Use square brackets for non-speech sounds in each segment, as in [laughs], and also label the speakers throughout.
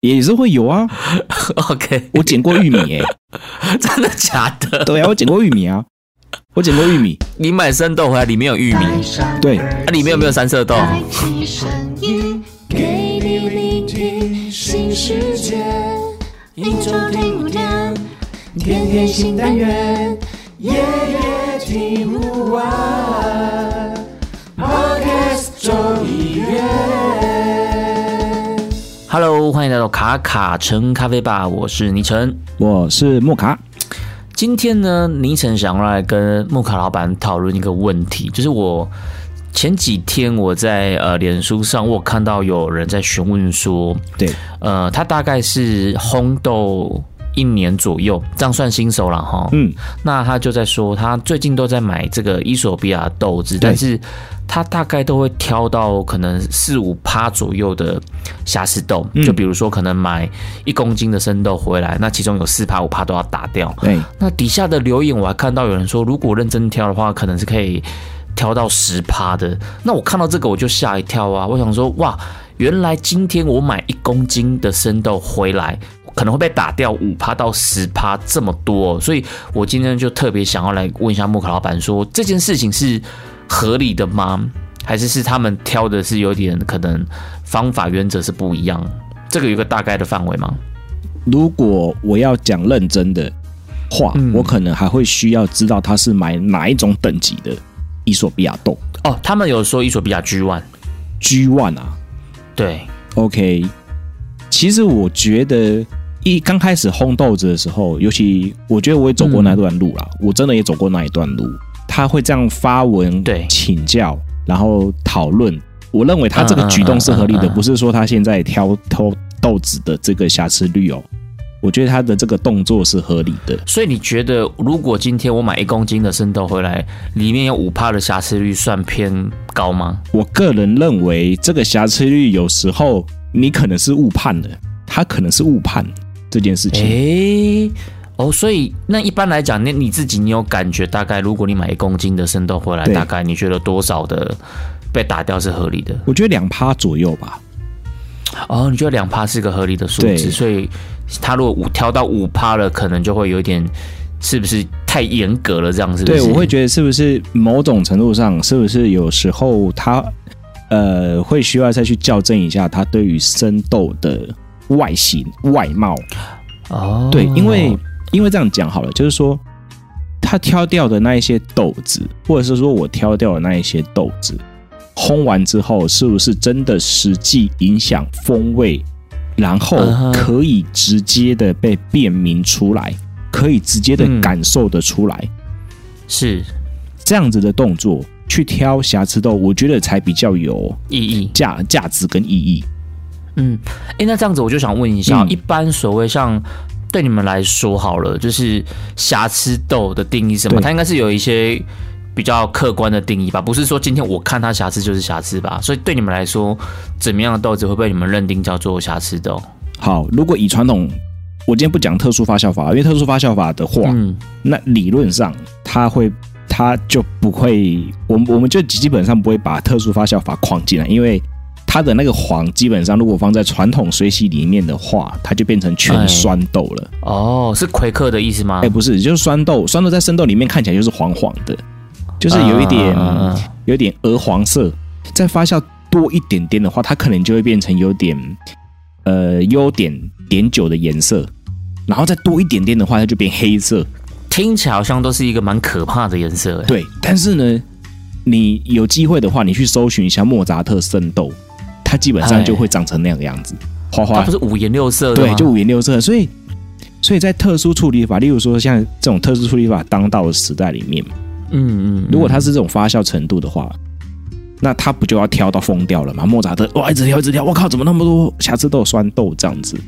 Speaker 1: 也是会有啊。
Speaker 2: [laughs] OK，
Speaker 1: 我捡过玉米诶、
Speaker 2: 真的假的？
Speaker 1: 对啊，我捡过玉米啊，我捡过玉米。
Speaker 2: 你买生豆回来，里面有玉米，
Speaker 1: 对，
Speaker 2: 那、里面有没有三色豆？
Speaker 3: 开启声音，给你聆听新世界，一周听五天，天天新单元，夜夜听不完。Podcast 中医院。
Speaker 2: Hello，欢迎来到卡卡城咖啡吧，我是倪晨。
Speaker 1: 我是莫卡，
Speaker 2: 今天呢，倪晨想要来跟木卡老板讨论一个问题，就是我前几天我在呃脸书上，我有看到有人在询问说，
Speaker 1: 对，
Speaker 2: 呃，他大概是烘豆一年左右，这样算新手了哈。
Speaker 1: 嗯，
Speaker 2: 那他就在说，他最近都在买这个伊索比亚豆子，但是他大概都会挑到可能四五趴左右的瑕疵豆，就比如说可能买一公斤的生豆回来，那其中有四趴五趴都要打掉。
Speaker 1: 对，
Speaker 2: 那底下的留言我还看到有人说，如果认真挑的话，可能是可以挑到十趴的。那我看到这个我就吓一跳啊！我想说，哇，原来今天我买一公斤的生豆回来。可能会被打掉五趴到十趴这么多哦、所以我今天就特别想要来问一下木卡老板说，这件事情是合理的吗？还是是他们挑的是有点可能方法原则是不一样？这个有一个大概的范围吗？
Speaker 1: 如果我要讲认真的话，
Speaker 2: 嗯
Speaker 1: 我可能还会需要知道他是买哪一种等级的伊索比亚豆
Speaker 2: 哦，他们有说伊索比亚 G one，
Speaker 1: G one 啊。
Speaker 2: 对，
Speaker 1: OK，其实我觉得一刚开始烘豆子的时候，尤其我觉得我也走过那段路啦，
Speaker 2: 嗯
Speaker 1: 我真的也走过那一段路。他会这样发文
Speaker 2: 对
Speaker 1: 请教，然后讨论。我认为他这个举动是合理
Speaker 2: 嗯
Speaker 1: 的，
Speaker 2: 嗯嗯嗯
Speaker 1: 不是说他现在挑挑豆子的这个瑕疵率哦。哦我觉得他的这个动作是合理的。
Speaker 2: 所以你觉得，如果今天我买一公斤的生豆回来，里面有五帕的瑕疵率，算偏高吗？
Speaker 1: 我个人认为，这个瑕疵率有时候你可能是误判的，他可能是误判这件事情。
Speaker 2: 诶、哦，所以那一般来讲，那你自己你有感觉，大概如果你买一公斤的生豆回来，
Speaker 1: 对
Speaker 2: 大概你觉得多少的被打掉是合理的？
Speaker 1: 我觉得两趴左右吧。
Speaker 2: 哦，你觉得两帕是个合理的数
Speaker 1: 对
Speaker 2: 字，所以他如果五挑到五帕了，可能就会有一点，是不是太严格了？这样是不是？
Speaker 1: 对，我会觉得是不是某种程度上，是不是有时候他呃会需要再去校正一下他对于生豆的外形、外貌。
Speaker 2: 哦，
Speaker 1: 对，因为因为这样讲好了，就是说他挑掉的那一些豆子，或者是说我挑掉的那一些豆子，烘完之后是不是真的实际影响风味，然后
Speaker 2: 嗯哼
Speaker 1: 可以直接的被辨明出来，可以直接的
Speaker 2: 嗯
Speaker 1: 感受得出来。
Speaker 2: 是
Speaker 1: 这样子的动作去挑瑕疵豆，我觉得才比较有
Speaker 2: 意义。
Speaker 1: 价价值跟意义。
Speaker 2: 嗯，哎，那这样子我就想问一下，
Speaker 1: 嗯
Speaker 2: 一般所谓像对你们来说好了，就是瑕疵豆的定义是什么？
Speaker 1: 对
Speaker 2: 它应该是有一些比较客观的定义吧，不是说今天我看它瑕疵就是瑕疵吧？所以对你们来说，怎么样的豆子会被你们认定叫做瑕疵豆？
Speaker 1: 好，如果以传统，我今天不讲特殊发酵法，因为特殊发酵法的话，
Speaker 2: 嗯，
Speaker 1: 那理论上它会。它就不会，我们我们就基本上不会把特殊发酵法框进来，因为它的那个黄基本上如果放在传统水洗里面的话，它就变成全酸豆了。
Speaker 2: 哦，是魁克的意思吗
Speaker 1: 哎、？不是，就是酸豆，酸豆在生豆里面看起来就是黄黄的，就是有一点、
Speaker 2: 嗯嗯嗯嗯
Speaker 1: 有点鹅黄色，再发酵多一点点的话，它可能就会变成有点呃优点点酒的颜色，然后再多一点点的话，它就变黑色。
Speaker 2: 听起来好像都是一个蛮可怕的颜色。诶
Speaker 1: 对，但是呢，你有机会的话，你去搜寻一下莫扎特圣豆，它基本上
Speaker 2: 哎
Speaker 1: 就会长成那样的样子，花
Speaker 2: 它
Speaker 1: 花
Speaker 2: 不是五颜六色的
Speaker 1: 对，
Speaker 2: 吗？
Speaker 1: 就五颜六色。所以，所以在特殊处理法，例如说像这种特殊处理法当道的时代里面，
Speaker 2: 嗯嗯，
Speaker 1: 如果它是这种发酵程度的话，那它不就要挑到疯掉了吗？莫扎特哇，一直挑一直挑，我靠，怎么那么多瑕疵都有酸豆这样子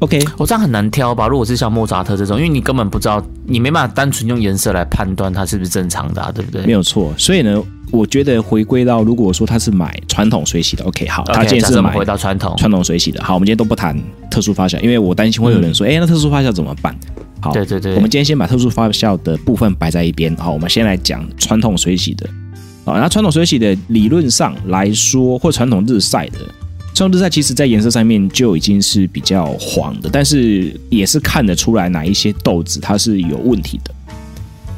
Speaker 1: ？OK，
Speaker 2: 我、哦这样很难挑吧？如果是像莫扎特这种，因为你根本不知道，你没办法单纯用颜色来判断它是不是正常的、啊，对不对？
Speaker 1: 没有错。所以呢，我觉得回归到如果说他是买传统水洗的，OK，好，他
Speaker 2: OK，
Speaker 1: 今天
Speaker 2: 假设
Speaker 1: 是
Speaker 2: 我们
Speaker 1: 买
Speaker 2: 回到传统，
Speaker 1: 传统水洗的。好，我们今天都不谈特殊发酵，因为我担心会有人说，哎、那特殊发酵怎么办？好，
Speaker 2: 嗯对对对
Speaker 1: 我们今天先把特殊发酵的部分摆在一边。好，我们先来讲传统水洗的。啊，那传统水洗的理论上来说，或传统日晒的，双日菜其实在颜色上面就已经是比较黄的，但是也是看得出来哪一些豆子它是有问题的。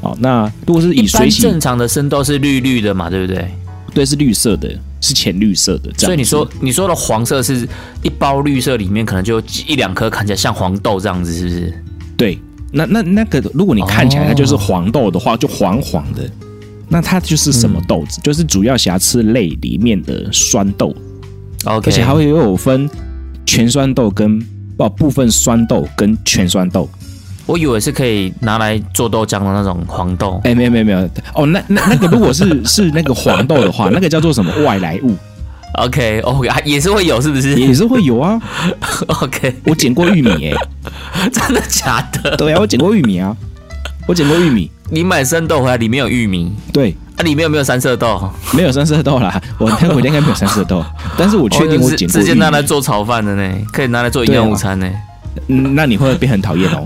Speaker 1: 哦，那如果是以
Speaker 2: 一般
Speaker 1: 水洗，
Speaker 2: 正常的生豆是绿绿的嘛，对不对？
Speaker 1: 对，是绿色的，是浅绿色的。这样子
Speaker 2: 所以你说你说的黄色是一包绿色里面可能就有几一两颗看起来像黄豆这样子，是不是？
Speaker 1: 对，那那那个，如果你看起来它
Speaker 2: 哦
Speaker 1: 就是黄豆的话，就黄黄的，那它就是什
Speaker 2: 嗯
Speaker 1: 么豆子？就是主要瑕疵类里面的酸豆，
Speaker 2: OK，
Speaker 1: 而且还会有分全酸豆跟哦部分酸豆跟全酸豆。
Speaker 2: 我以为是可以拿来做豆浆的那种黄豆。
Speaker 1: 哎、没有没有没有，哦，那那那个如果是是那个黄豆的话，那个叫做什么外来物，
Speaker 2: OK OK，啊也是会有是不是
Speaker 1: 也是会有啊。
Speaker 2: [laughs] ？OK，
Speaker 1: 我捡过玉米哎、
Speaker 2: 真的假的？
Speaker 1: 对啊，我捡过玉米啊，我捡过玉米，
Speaker 2: 你买生豆回来里面有玉米，
Speaker 1: 对。
Speaker 2: 啊里面有没有三色豆？
Speaker 1: 没有三色豆啦，我那个我应该没有三色豆，但是我确定
Speaker 2: 哦
Speaker 1: 我
Speaker 2: 是
Speaker 1: 捡过
Speaker 2: 直
Speaker 1: 玉
Speaker 2: 接
Speaker 1: 米。
Speaker 2: 拿来做炒饭的呢，可以拿来做营
Speaker 1: 对啊
Speaker 2: 养午餐呢。
Speaker 1: 嗯，那你会变很讨厌
Speaker 2: [laughs]
Speaker 1: 哦。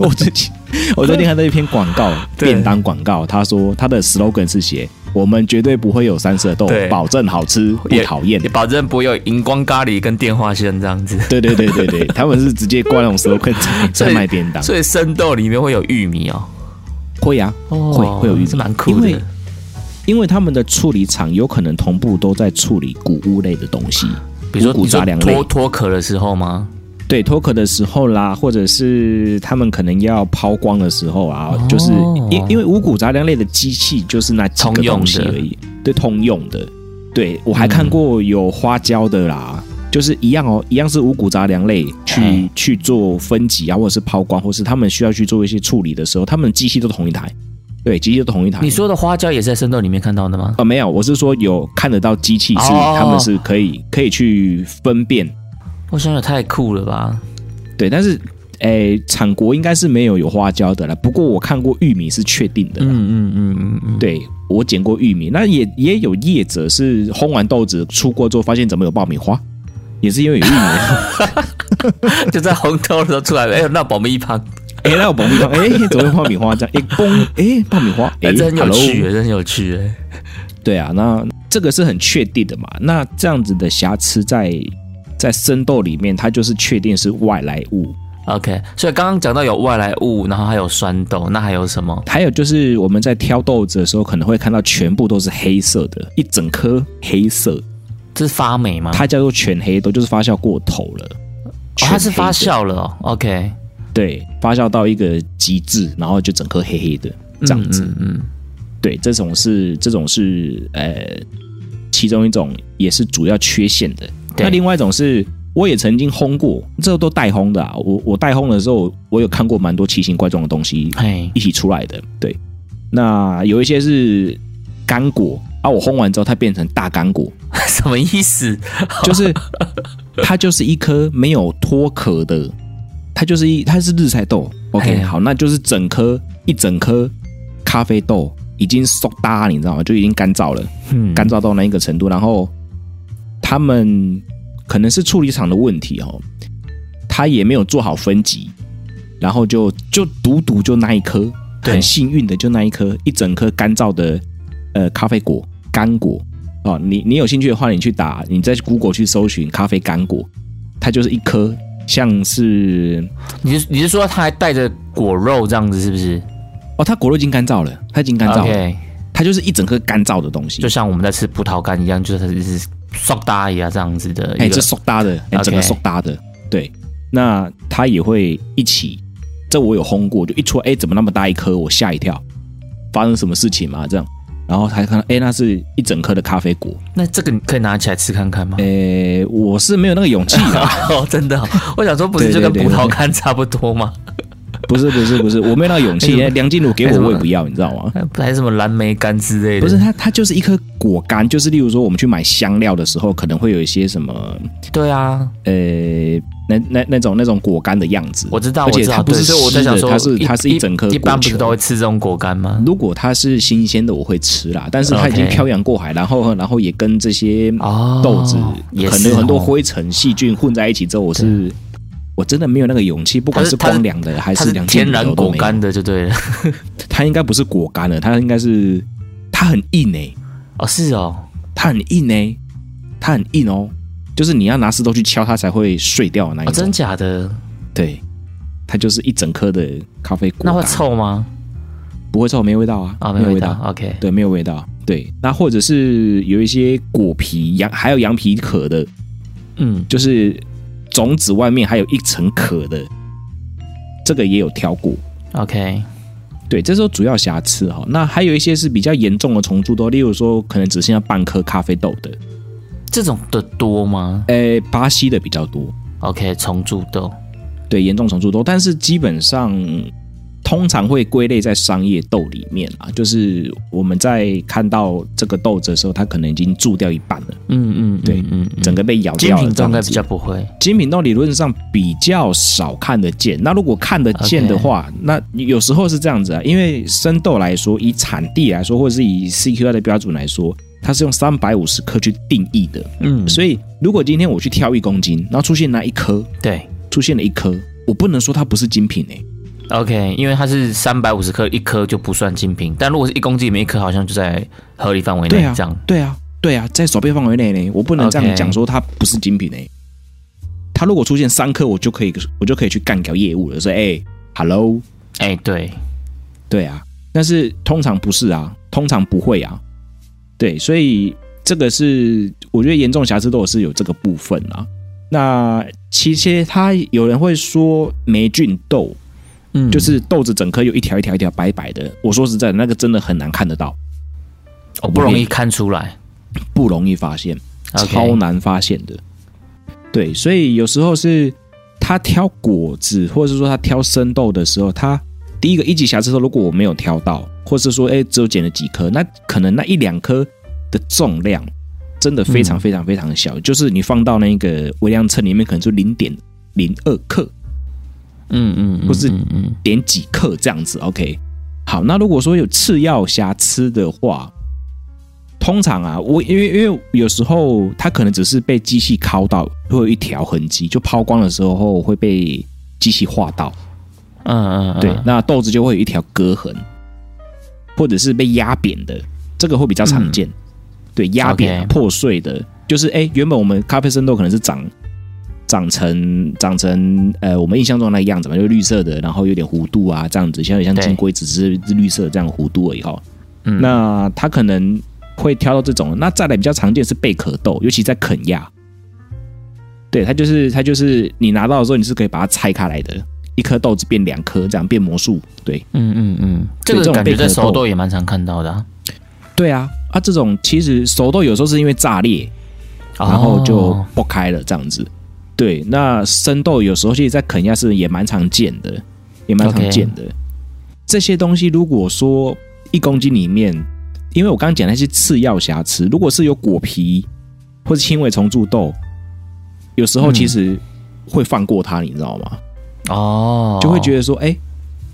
Speaker 1: 我最近我最近看到一篇广告，
Speaker 2: 对
Speaker 1: 便当广告，他说他的 slogan 是写“我们绝对不会有三色豆
Speaker 2: 对，
Speaker 1: 保证好吃不
Speaker 2: 也
Speaker 1: 讨厌
Speaker 2: 也”。保 [laughs] 证不会有荧光咖喱跟电话线这样子。
Speaker 1: 对对对对对，他们是直接挂那种 slogan 在
Speaker 2: 所
Speaker 1: 在
Speaker 2: 以
Speaker 1: 卖便当。
Speaker 2: [laughs] 所以生豆里面会有玉米哦，
Speaker 1: 会啊，
Speaker 2: 哦
Speaker 1: 会会有预
Speaker 2: 这
Speaker 1: 兆，
Speaker 2: 蛮酷
Speaker 1: 因为
Speaker 2: 的。
Speaker 1: 因为他们的处理厂有可能同步都在处理谷物类的东西，
Speaker 2: 比如说
Speaker 1: 五谷
Speaker 2: 你说
Speaker 1: 杂粮类
Speaker 2: 脱脱壳的时候吗？
Speaker 1: 对脱壳的时候啦，或者是他们可能要抛光的时候啊，
Speaker 2: 哦
Speaker 1: 就是因因为五谷杂粮类的机器就是那几个东西
Speaker 2: 通用的
Speaker 1: 而已，对，通用的。对我还看过有花椒的啦，就是一样哦，一样是五谷杂粮类去
Speaker 2: 哎
Speaker 1: 去做分级啊，或者是抛光，或是他们需要去做一些处理的时候，他们机器都同一台，对，机器都同一台。
Speaker 2: 你说的花椒也是在生豆里面看到的吗？
Speaker 1: 呃，没有，我是说有看得到机器是、
Speaker 2: 哦
Speaker 1: 他们是可以可以去分辨，
Speaker 2: 我想想，太酷了吧！
Speaker 1: 对，但是诶，产国应该是没有有花椒的啦。不过我看过玉米是确定的啦，
Speaker 2: 嗯嗯嗯嗯嗯，
Speaker 1: 对我捡过玉米，那也也有业者是烘完豆子出锅之后发现怎么有爆米花，也是因
Speaker 2: [laughs]
Speaker 1: 为有玉米。嗯
Speaker 2: 就在红豆的时候出来了，哎呦，那保密一旁，
Speaker 1: 哎、那有爆米花，哎、怎么有爆米花这样？哎、嘣，哎、爆米花，哎、
Speaker 2: 哎，这很有
Speaker 1: hello
Speaker 2: 趣耶，这很有趣哎耶。
Speaker 1: 对啊，那这个是很确定的嘛？那这样子的瑕疵在在生豆里面，它就是确定是外来物。
Speaker 2: OK，所以刚刚讲到有外来物，然后还有酸豆，那还有什么？
Speaker 1: 还有就是我们在挑豆子的时候，可能会看到全部都是黑色的，一整颗黑色的
Speaker 2: 这是发霉吗？
Speaker 1: 它叫做全黑豆，就是发酵过头了。
Speaker 2: 哦它
Speaker 1: 全
Speaker 2: 是
Speaker 1: 黑的
Speaker 2: 发，酵了哦。OK，
Speaker 1: 对，发酵到一个极致，然后就整颗黑黑的这样子。
Speaker 2: 嗯嗯嗯
Speaker 1: 对，这种是这种是呃，其中一种也是主要缺陷的。
Speaker 2: 对
Speaker 1: 那另外一种是，我也曾经烘过，这都代烘的啊。我我代烘的时候，我有看过蛮多奇形怪状的东西
Speaker 2: 嘿，
Speaker 1: 一起出来的。对，那有一些是干果啊，我烘完之后它变成大干果，
Speaker 2: 什么意思？
Speaker 1: 就是它就是一颗没有脱壳的，它就是一它是日晒豆。OK，
Speaker 2: 嘿
Speaker 1: 好，那就是整颗一整颗咖啡豆已经熟哒，你知道吗？就已经干燥了，
Speaker 2: 嗯
Speaker 1: 干燥到那一个程度。然后他们可能是处理厂的问题哦，他也没有做好分级，然后就就独独就那一颗，
Speaker 2: 对
Speaker 1: 很幸运的就那一颗一整颗干燥的呃咖啡果干果哦，你你有兴趣的话，你去打你在 Google 去搜寻咖啡干果，它就是一颗像是
Speaker 2: 你是你是说它还带着果肉这样子是不是
Speaker 1: 哦，它果肉已经干燥了，它已经干燥了
Speaker 2: OK，
Speaker 1: 它就是一整颗干燥的东西
Speaker 2: 就，像我们在吃葡萄干一样，就是它是塑大一啊这样子的
Speaker 1: 哎、
Speaker 2: 一个
Speaker 1: 这。塑搭的，哎、
Speaker 2: OK
Speaker 1: 整个塑搭的，对，那它也会一起，这我有烘过，就一出来，哎、怎么那么大一颗，我吓一跳，发生什么事情嘛？这样，然后才看到，哎、那是一整颗的咖啡果，
Speaker 2: 那这个你可以拿起来吃看看吗
Speaker 1: 哎、？我是没有那个勇气啊的、
Speaker 2: [laughs] 哦，真的哦、我想说不是就
Speaker 1: 对
Speaker 2: 跟
Speaker 1: 对对
Speaker 2: 葡萄干差不多吗？ [laughs]
Speaker 1: 不是不是不是，我没有那个勇气，
Speaker 2: 哎
Speaker 1: 哎梁静茹给
Speaker 2: 哎怎
Speaker 1: 我
Speaker 2: 么哎
Speaker 1: 我也不要，你知道吗？
Speaker 2: 还是什么蓝莓干之类的？
Speaker 1: 不是，它，它就是一颗果干，就是例如说我们去买香料的时候，可能会有一些什么，
Speaker 2: 对啊，
Speaker 1: 呃，那那那种那种果干的样子。
Speaker 2: 我知道，
Speaker 1: 而且
Speaker 2: 我知道
Speaker 1: 它不
Speaker 2: 对
Speaker 1: 是
Speaker 2: 所以我在
Speaker 1: 湿
Speaker 2: 想
Speaker 1: 的
Speaker 2: 说，
Speaker 1: 它是它是一整颗
Speaker 2: 一般
Speaker 1: 果
Speaker 2: 不是
Speaker 1: 球
Speaker 2: 都会吃这种果干吗？
Speaker 1: 如果它是新鲜的，我会吃啦。但是它已经
Speaker 2: OK
Speaker 1: 漂洋过海，然后然后也跟这些嗯
Speaker 2: 哦，
Speaker 1: 豆子
Speaker 2: 也
Speaker 1: 很
Speaker 2: 是
Speaker 1: 多很多
Speaker 2: 哦，嗯
Speaker 1: 灰尘、细菌混在一起之后，我是我真的没有那个勇气，不管
Speaker 2: 它是
Speaker 1: 光凉的还
Speaker 2: 它
Speaker 1: 是
Speaker 2: 是
Speaker 1: 凉性
Speaker 2: 天
Speaker 1: 的
Speaker 2: 然
Speaker 1: 我都
Speaker 2: 果
Speaker 1: 没有
Speaker 2: 干，的就对了。
Speaker 1: 它应该不是果干了，它应该是它很硬诶、欸
Speaker 2: 哦，是哦，
Speaker 1: 它很硬诶、它很硬哦。就是你要拿石头去敲它才会碎掉的那一
Speaker 2: 哦，
Speaker 1: 哎种。
Speaker 2: 真假的？
Speaker 1: 对，它就是一整颗的咖啡果。
Speaker 2: 那会？臭吗？
Speaker 1: 不会臭，没味道啊。
Speaker 2: 啊，没
Speaker 1: 没
Speaker 2: 有味
Speaker 1: 味
Speaker 2: 道。OK，
Speaker 1: 对，没有味道。对，那或者是有一些果皮羊，还有羊皮壳的，
Speaker 2: 嗯，
Speaker 1: 就是种子外面还有一层壳的，这个也有挑过。
Speaker 2: OK，
Speaker 1: 对，这是主要瑕疵哈、那还有一些是比较严重的重蛀多，例如说可能只剩下半颗咖啡豆的，
Speaker 2: 这种的多吗
Speaker 1: 呃，巴西的比较多。
Speaker 2: ？OK，重蛀豆。
Speaker 1: 对，严重重蛀多，但是基本上通常会归类在商业豆里面啊，就是我们在看到这个豆子的时候，它可能已经蛀掉一半了，
Speaker 2: 嗯嗯，
Speaker 1: 对
Speaker 2: 嗯嗯，嗯
Speaker 1: 整个被咬
Speaker 2: 精
Speaker 1: 掉了
Speaker 2: 品
Speaker 1: 这
Speaker 2: 豆应该
Speaker 1: 样
Speaker 2: 比较
Speaker 1: 子。
Speaker 2: 不会。
Speaker 1: 精品豆理论上比较少看得见，那如果看得见的话那有时候是这样子啊，因为生豆来说，以产地来说，或者是以 CQI 的标准来说，它是用三百五十克去定义的，
Speaker 2: 嗯，
Speaker 1: 所以如果今天我去挑一公斤，然后出现那一颗，
Speaker 2: 对
Speaker 1: 出现了一颗，我不能说它不是精品哎、
Speaker 2: ，OK，因为它是三百五十克，一颗就不算精品，但如果是一公斤里面一颗，好像就在合理范围内
Speaker 1: 对啊
Speaker 2: 这样。
Speaker 1: 对啊，对啊，在手背范围内呢，我不能这
Speaker 2: OK
Speaker 1: 样讲说它不是精品呢。欸它如果出现三颗，我就可以，我就可以去干掉业务了，说哎、h e l l o
Speaker 2: 哎，对，
Speaker 1: 对啊，但是通常不是啊，通常不会啊，对，所以这个是我觉得严重瑕疵都有是有这个部分啊。那其实它有人会说霉菌痘，
Speaker 2: 嗯，
Speaker 1: 就是豆子整颗有一条一条一条白白的，我说实在的，那个真的很难看得到，
Speaker 2: 哦不容易看出来。
Speaker 1: 不容易发现。
Speaker 2: OK，
Speaker 1: 超难发现的。对，所以有时候是他挑果子，或者是说他挑生豆的时候，他第一个一级瑕疵豆，如果我没有挑到，或是说哎、诶只有捡了几颗，那可能那一两颗的重量真的非常
Speaker 2: 嗯
Speaker 1: 非常非常小，就是你放到那个微量秤里面，可能就零点零二克，
Speaker 2: 嗯嗯，嗯
Speaker 1: 不是
Speaker 2: 嗯嗯
Speaker 1: 点几克这样子。OK，好，那如果说有次要瑕疵的话，通常啊，我因为因为有时候它可能只是被机器敲到，会有一条痕迹，就抛光的时候会被机器划到，
Speaker 2: 嗯嗯，
Speaker 1: 对，
Speaker 2: 嗯
Speaker 1: 那豆子就会有一条割痕，或者是被压扁的，这个会比较常见。对，压扁、
Speaker 2: 嗯 OK
Speaker 1: 破碎的，就是哎、诶原本我们咖啡生豆可能是长长成长成呃我们印象中那个样子嘛，就是绿色的，然后有点弧度啊这样子，像有点像
Speaker 2: 对
Speaker 1: 金龟子，只是是绿色的这样弧度而已哈。
Speaker 2: 嗯
Speaker 1: 那它可能会挑到这种，那再来比较常见是贝壳豆，尤其在肯亚。对，它就是它就是你拿到的时候，你是可以把它拆开来的，一颗豆子变两颗，这样变魔术。对，
Speaker 2: 嗯嗯嗯，
Speaker 1: 对
Speaker 2: 这
Speaker 1: 这
Speaker 2: 个
Speaker 1: 种
Speaker 2: 感觉
Speaker 1: 贝壳
Speaker 2: 在熟
Speaker 1: 豆
Speaker 2: 豆也蛮常看到的啊。
Speaker 1: 对啊，啊，这种其实熟豆有时候是因为炸裂，然后就
Speaker 2: 哦
Speaker 1: 爆开了这样子。对，那生豆有时候其实在肯亚是也蛮常见的，也蛮常见的。这些东西如果说一公斤里面，因为我刚刚讲那些次要瑕疵，如果是有果皮或是轻微虫蛀豆，有时候
Speaker 2: 嗯
Speaker 1: 其实会放过它，你知道吗？
Speaker 2: 哦，
Speaker 1: 就会觉
Speaker 2: 得
Speaker 1: 得说，哎、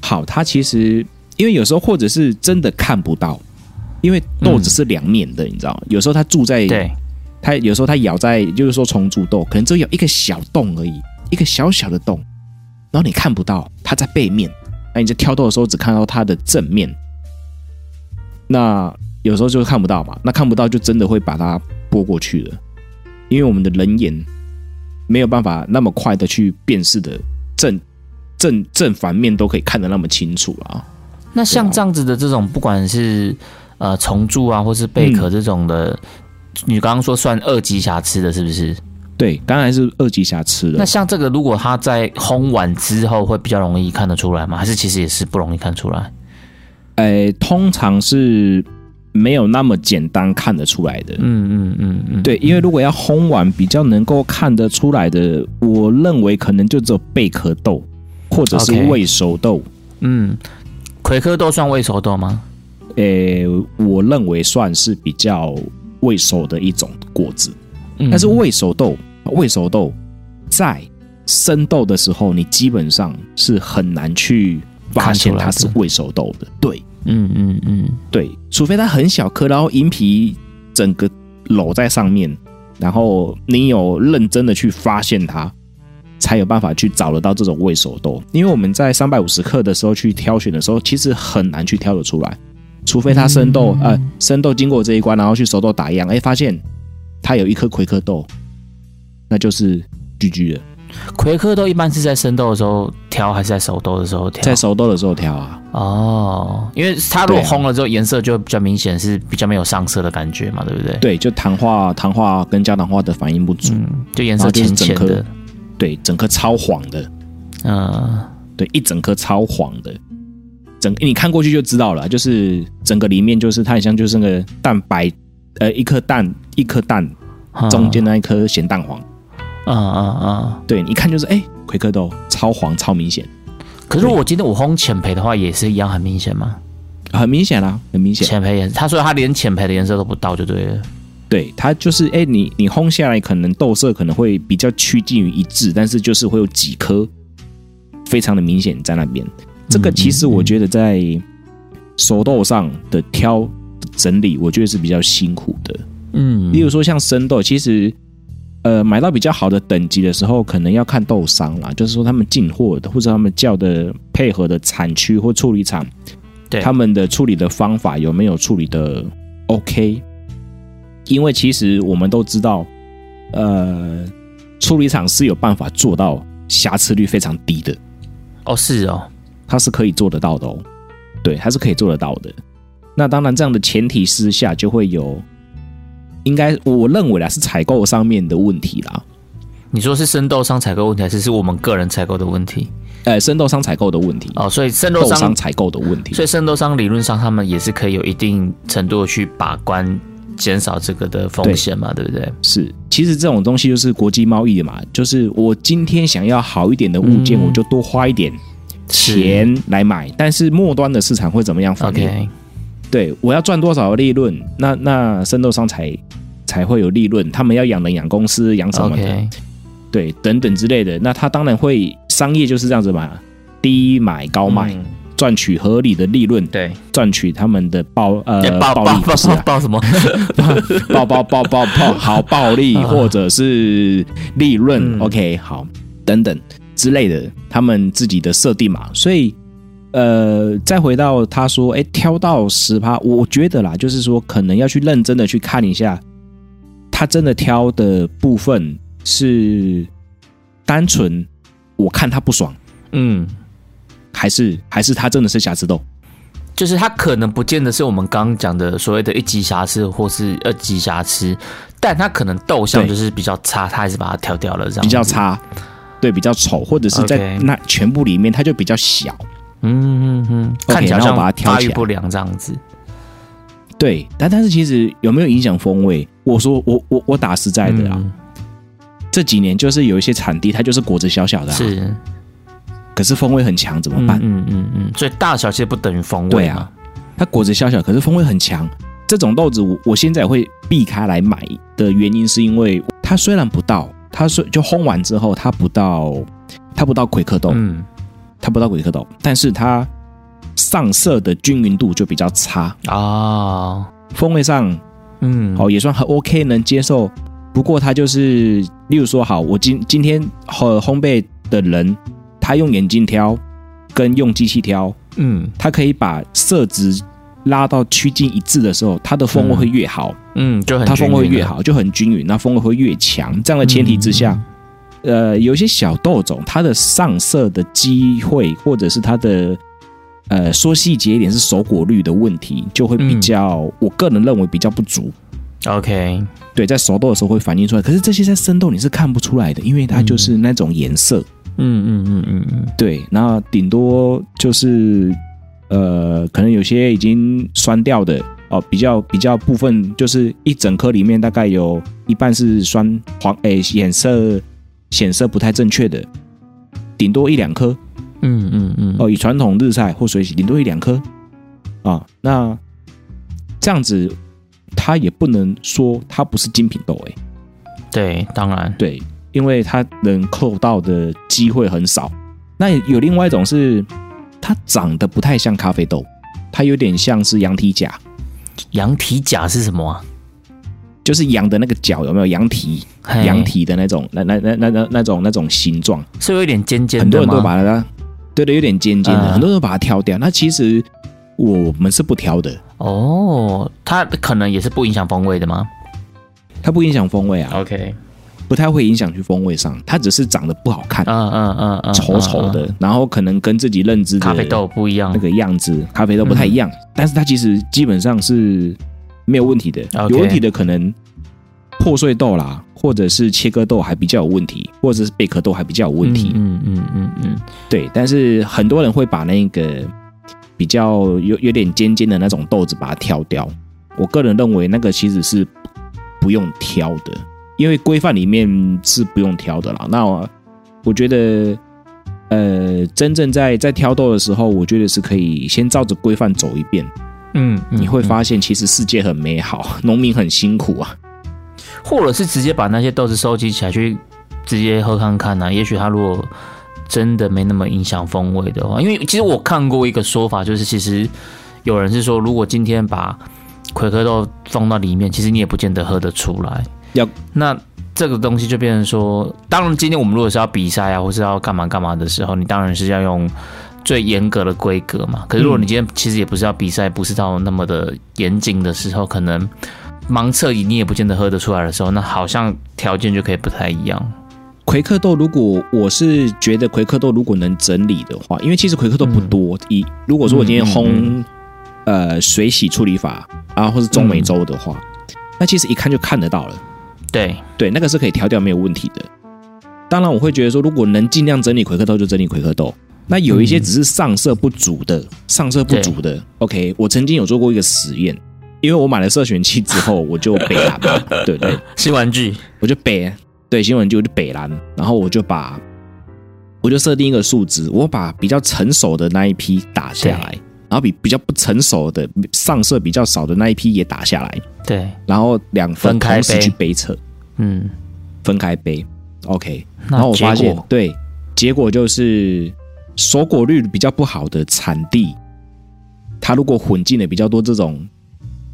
Speaker 1: 好，它其实因为有时候或者是真的看不到，因为豆子是两面的，你知道吗，有时候它住在，
Speaker 2: 嗯对，
Speaker 1: 它有时候它咬在，就是说虫蛀豆，可能只有咬一个小洞而已，一个小小的洞，然后你看不到它在背面，那你在挑豆的时候只看到它的正面，那有时候就看不到嘛，那看不到就真的会把它拨过去了，因为我们的人眼没有办法那么快的去辨识的正正正反面都可以看得那么清楚啊。
Speaker 2: 那像
Speaker 1: 对啊
Speaker 2: 这样子的这种，不管是呃虫蛀啊，或是贝
Speaker 1: 嗯
Speaker 2: 壳这种的，你刚刚说算二级瑕疵的，是不是？
Speaker 1: 对，当然是二级瑕疵了
Speaker 2: 那。像这个，如果它在烘完之后，会比较容易看得出来吗？还是其实也是不容易看出来？
Speaker 1: 呃，通常是没有那么简单看得出来的。
Speaker 2: 嗯嗯嗯嗯，
Speaker 1: 对，因为如果要烘完比较能够看得出来的，我认为可能就只有贝壳豆或者是
Speaker 2: OK
Speaker 1: 未熟豆。
Speaker 2: 嗯，葵科豆算未熟豆吗？
Speaker 1: 诶、我认为算是比较未熟的一种果子。
Speaker 2: 嗯
Speaker 1: 但是未熟豆，未熟豆在生豆的时候，你基本上是很难去发现它是未熟豆的。对
Speaker 2: 嗯嗯嗯，
Speaker 1: 对，除非它很小颗，然后银皮整个搂在上面，然后你有认真的去发现它，才有办法去找得到这种未熟豆。因为我们在三百五十克的时候去挑选的时候，其实很难去挑得出来，除非它生豆、呃生豆经过这一关，然后去熟豆打样，哎，发现它有一颗葵科豆，那就是居居了。
Speaker 2: 葵科豆一般是在生豆的时候挑，还是在熟豆的时候挑？
Speaker 1: 在熟豆的时候挑啊，
Speaker 2: 哦，因为它如果
Speaker 1: 对啊
Speaker 2: 烘了之后，颜色就比较明显，是比较没有上色的感觉嘛，对不对？，
Speaker 1: 对，就糖化、糖化跟焦糖化的反应不足，
Speaker 2: 嗯，就颜色
Speaker 1: 然后啊就是
Speaker 2: 浅浅
Speaker 1: 整颗
Speaker 2: 的，
Speaker 1: 对，整颗超黄的，
Speaker 2: 嗯，
Speaker 1: 对，一整颗超黄的，整你看过去就知道了，就是整个里面就是它很像就是那个蛋白，呃，一颗蛋一颗蛋
Speaker 2: 嗯
Speaker 1: 中间，那一颗咸蛋黄，
Speaker 2: 嗯嗯嗯。
Speaker 1: 对，你一看就是哎、葵科豆超黄超明显，
Speaker 2: 可是如果我今天我烘浅培的话，也是一样很明显吗？
Speaker 1: 很明显啦、很明显，
Speaker 2: 浅培颜，他说他连浅培的颜色都不到就对了。
Speaker 1: 对，它就是哎、你你烘下来可能豆色可能会比较趋近于一致，但是就是会有几颗非常的明显在那边。这个其实我觉得在熟豆上的挑整理，我觉得是比较辛苦的。
Speaker 2: 嗯，
Speaker 1: 例如说像生豆，其实呃买到比较好的等级的时候，可能要看豆商啦，就是说他们进货的或者他们叫的配合的产区或处理厂，
Speaker 2: 对
Speaker 1: 他们的处理的方法有没有处理的 OK？因为其实我们都知道，呃，处理厂是有办法做到瑕疵率非常低的，
Speaker 2: 哦是哦，
Speaker 1: 它是可以做得到的哦。对，它是可以做得到的。那当然，这样的前提之下，就会有，应该我认为啦，是采购上面的问题啦，
Speaker 2: 你说是生豆商采购问题，还是是我们个人采购的问题？
Speaker 1: 呃，生豆商采购的问题，
Speaker 2: 哦，所以生豆
Speaker 1: 豆
Speaker 2: 商
Speaker 1: 商采购的问题
Speaker 2: 所。以圣斗商理论上，他们也是可以有一定程度的去把关，减少这个的风险嘛，对不对？
Speaker 1: 是，其实这种东西就是国际贸易的嘛，就是我今天想要好一点的物件，
Speaker 2: 嗯
Speaker 1: 我就多花一点钱来买，但是末端的市场会怎么样反应？
Speaker 2: OK，
Speaker 1: 对我要赚多少的利润，那那生豆商才才会有利润，他们要养人、养公司、养什么的。
Speaker 2: OK，
Speaker 1: 对，等等之类的。那他当然会商业就是这样子嘛，低买高卖，
Speaker 2: 嗯
Speaker 1: 赚取合理的利润，
Speaker 2: 对，
Speaker 1: 赚取他们的暴呃
Speaker 2: 哎报
Speaker 1: 暴
Speaker 2: 报
Speaker 1: 利
Speaker 2: 报
Speaker 1: 不是
Speaker 2: 报
Speaker 1: 啊，
Speaker 2: 报什么？ [laughs]
Speaker 1: [laughs] 暴暴暴暴暴好暴利
Speaker 2: 啊
Speaker 1: 或者是利润、
Speaker 2: 嗯
Speaker 1: o k 好等等之类的，他们自己的设定嘛，所以。呃，再回到他说，哎、挑到十趴，我觉得啦，就是说可能要去认真的去看一下，他真的挑的部分是单纯我看他不爽，
Speaker 2: 嗯，
Speaker 1: 还是还是他真的是瑕疵豆？
Speaker 2: 就是它可能不见得是我们刚刚讲的所谓的一级瑕疵或是二级瑕疵，但它可能豆相
Speaker 1: 对
Speaker 2: 就是比较差，它还是把它调掉了，这样
Speaker 1: 比较
Speaker 2: 子。
Speaker 1: 差，对，比较丑，或者是在
Speaker 2: OK
Speaker 1: 那全部里面它就比较小，
Speaker 2: 嗯嗯嗯，
Speaker 1: OK，
Speaker 2: 看起来
Speaker 1: 那我
Speaker 2: 像
Speaker 1: 把它挑
Speaker 2: 发
Speaker 1: 起
Speaker 2: 育
Speaker 1: 来
Speaker 2: 不良这样子。
Speaker 1: 对。但但是其实有没有影响风味？我说我我我打实在的啊，
Speaker 2: 嗯
Speaker 1: 这几年就是有一些产地它就是果子小小的、啊，
Speaker 2: 是，
Speaker 1: 可是风味很强，怎么
Speaker 2: 嗯
Speaker 1: 办？
Speaker 2: 嗯嗯嗯，所以大小其实不等于风
Speaker 1: 对
Speaker 2: 味
Speaker 1: 啊
Speaker 2: 嘛。，
Speaker 1: 它果子小小，可是风味很强。这种豆子我我现在会避开来买的原因，是因为它虽然不到，它虽就烘完之后它不到，它不到葵克豆，
Speaker 2: 嗯，
Speaker 1: 它不到鬼克豆，但是它上色的均匀度就比较差，
Speaker 2: 哦，
Speaker 1: 风味上
Speaker 2: 嗯，
Speaker 1: 哦也算很 OK 能接受。不过它就是，例如说，好，我今今天呃烘焙的人，他用眼睛挑跟用机器挑，
Speaker 2: 嗯
Speaker 1: 他可以把色值拉到趋近一致的时候，它的风味会越好，
Speaker 2: 嗯，就很
Speaker 1: 它风味会
Speaker 2: 均匀
Speaker 1: 越
Speaker 2: 了
Speaker 1: 好，就很均匀，那风味会越强。这样的前提之下，
Speaker 2: 嗯
Speaker 1: 呃，有一些小豆种，它的上色的机会，或者是它的呃说细节一点是熟果率的问题，就会比较，
Speaker 2: 嗯
Speaker 1: 我个人认为比较不足。
Speaker 2: OK，
Speaker 1: 对，在熟豆的时候会反映出来，可是这些在生豆你是看不出来的，因为它就是那种颜色。
Speaker 2: 嗯嗯嗯嗯嗯，
Speaker 1: 对，那顶多就是呃，可能有些已经酸掉的哦，比较比较部分就是一整颗里面大概有一半是酸黄，诶、颜色显色不太正确的，顶多一两颗
Speaker 2: 嗯嗯嗯，
Speaker 1: 哦。以传统日晒或水洗，顶多一两颗啊。那这样子，它也不能说它不是精品豆诶、
Speaker 2: 对，当然，
Speaker 1: 对，因为它能扣到的机会很少。那有另外一种是，它长得不太像咖啡豆，它有点像是羊蹄甲，
Speaker 2: 羊蹄甲是什么啊？
Speaker 1: 就是羊的那个角有没有羊蹄，
Speaker 2: 嘿
Speaker 1: 羊蹄的那种那那那那那那种那种形状，
Speaker 2: 是有一点尖尖的
Speaker 1: 很多人
Speaker 2: 吗
Speaker 1: 都把它，对的，有点尖尖的，
Speaker 2: 嗯
Speaker 1: 很多人都把它挑掉。那其实我们是不挑的，
Speaker 2: 哦，它可能也是不影响风味的吗
Speaker 1: 它不影响风味啊。
Speaker 2: 哦？OK，
Speaker 1: 不太会影响去风味上，它只是长得不好看，
Speaker 2: 嗯嗯嗯嗯，
Speaker 1: 丑丑
Speaker 2: 嗯，嗯
Speaker 1: 的，然后可能跟自己认知
Speaker 2: 嗯
Speaker 1: 的
Speaker 2: 咖啡豆不一样
Speaker 1: 那。个样子，咖啡豆不太一样，但是它其实基本上是没有问题的。
Speaker 2: OK
Speaker 1: 有问题的可能破碎豆啦，或者是切割豆还比较有问题，或者是贝壳豆还比较有问题。
Speaker 2: 嗯嗯嗯嗯嗯，
Speaker 1: 对，但是很多人会把那个比较有有点尖尖的那种豆子把它挑掉。我个人认为那个其实是不用挑的，因为规范里面是不用挑的啦。那我我觉得，呃，真正在在挑豆的时候，我觉得是可以先照着规范走一遍，
Speaker 2: 嗯，嗯
Speaker 1: 你会，发现其实世界很美好，农民很辛苦啊。
Speaker 2: 嗯或者是直接把那些豆子收集起来去直接喝看看呐、也许它如果真的没那么影响风味的话，因为其实我看过一个说法，就是其实有人是说，如果今天把葵科豆放到里面，其实你也不见得喝得出来。
Speaker 1: 要
Speaker 2: 那这个东西就变成说，当然今天我们如果是要比赛啊，或是要干嘛干嘛的时候，你当然是要用最严格的规格嘛。可是如果你今天其实也不是要比赛，不是到那么的严谨的时候，可能盲测你也不见得喝得出来的时候，那好像条件就可以不太一样。
Speaker 1: 葵克豆，如果我是觉得葵克豆如果能整理的话，因为其实葵克豆不多。以、如果说我今天烘、
Speaker 2: 嗯
Speaker 1: 呃水洗处理法啊，或是中美洲的话，那其实一看就看得到了。
Speaker 2: 对，
Speaker 1: 对，那个是可以调掉没有问题的。当然，我会觉得说，如果能尽量整理葵克豆，就整理葵克豆。那有一些只是上色不足的，
Speaker 2: 嗯
Speaker 1: 上色不足的，OK。我曾经有做过一个实验，因为我买了色选器之后，我就北蓝
Speaker 2: [laughs]
Speaker 1: 嘛，对不对？
Speaker 2: 新玩具，
Speaker 1: 我就北对新闻就就北蓝，然后我就把我就设定一个数值，我把比较成熟的那一批打下来，然后比比较不成熟的上色比较少的那一批也打下来，
Speaker 2: 对，
Speaker 1: 然后两份
Speaker 2: 分开
Speaker 1: 同时
Speaker 2: 背
Speaker 1: 去杯测，
Speaker 2: 嗯，
Speaker 1: 分开杯，OK。
Speaker 2: 那
Speaker 1: 然后我发
Speaker 2: 结
Speaker 1: 现
Speaker 2: 果，嗯
Speaker 1: 对，结果就是收果率比较不好的产地，它如果混进了比较多这种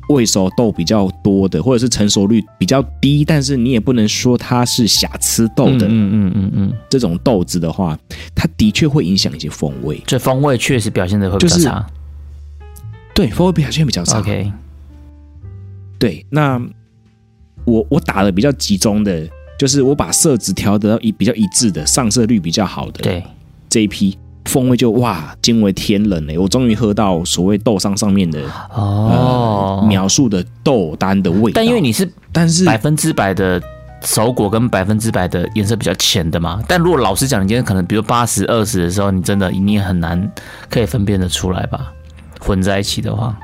Speaker 1: 未熟豆比较多的，或者是成熟率比较低，但是你也不能说它是瑕疵豆
Speaker 2: 嗯
Speaker 1: 的、
Speaker 2: 嗯嗯嗯嗯，
Speaker 1: 这种豆子的话，它的确会影响一些风味，
Speaker 2: 这风味确实表现的会比
Speaker 1: 就
Speaker 2: 较
Speaker 1: 是
Speaker 2: 差。
Speaker 1: 对，风味表现比较差。
Speaker 2: OK，
Speaker 1: 对，那我我打的比较集中的，就是我把色值调得到一比较一致的，上色率比较好的，
Speaker 2: 对，
Speaker 1: 这一批风味就哇惊为天人欸嘞！我终于喝到所谓豆商上面的、
Speaker 2: 哦
Speaker 1: 呃，描述的豆丹的味道。
Speaker 2: 但因为你是
Speaker 1: 但是
Speaker 2: 百分之百的手果跟百分之百的颜色比较浅的嘛。但如果老实讲，你今天可能比如八十二十的时候，你真的你也很难可以分辨得出来吧？混在一起的话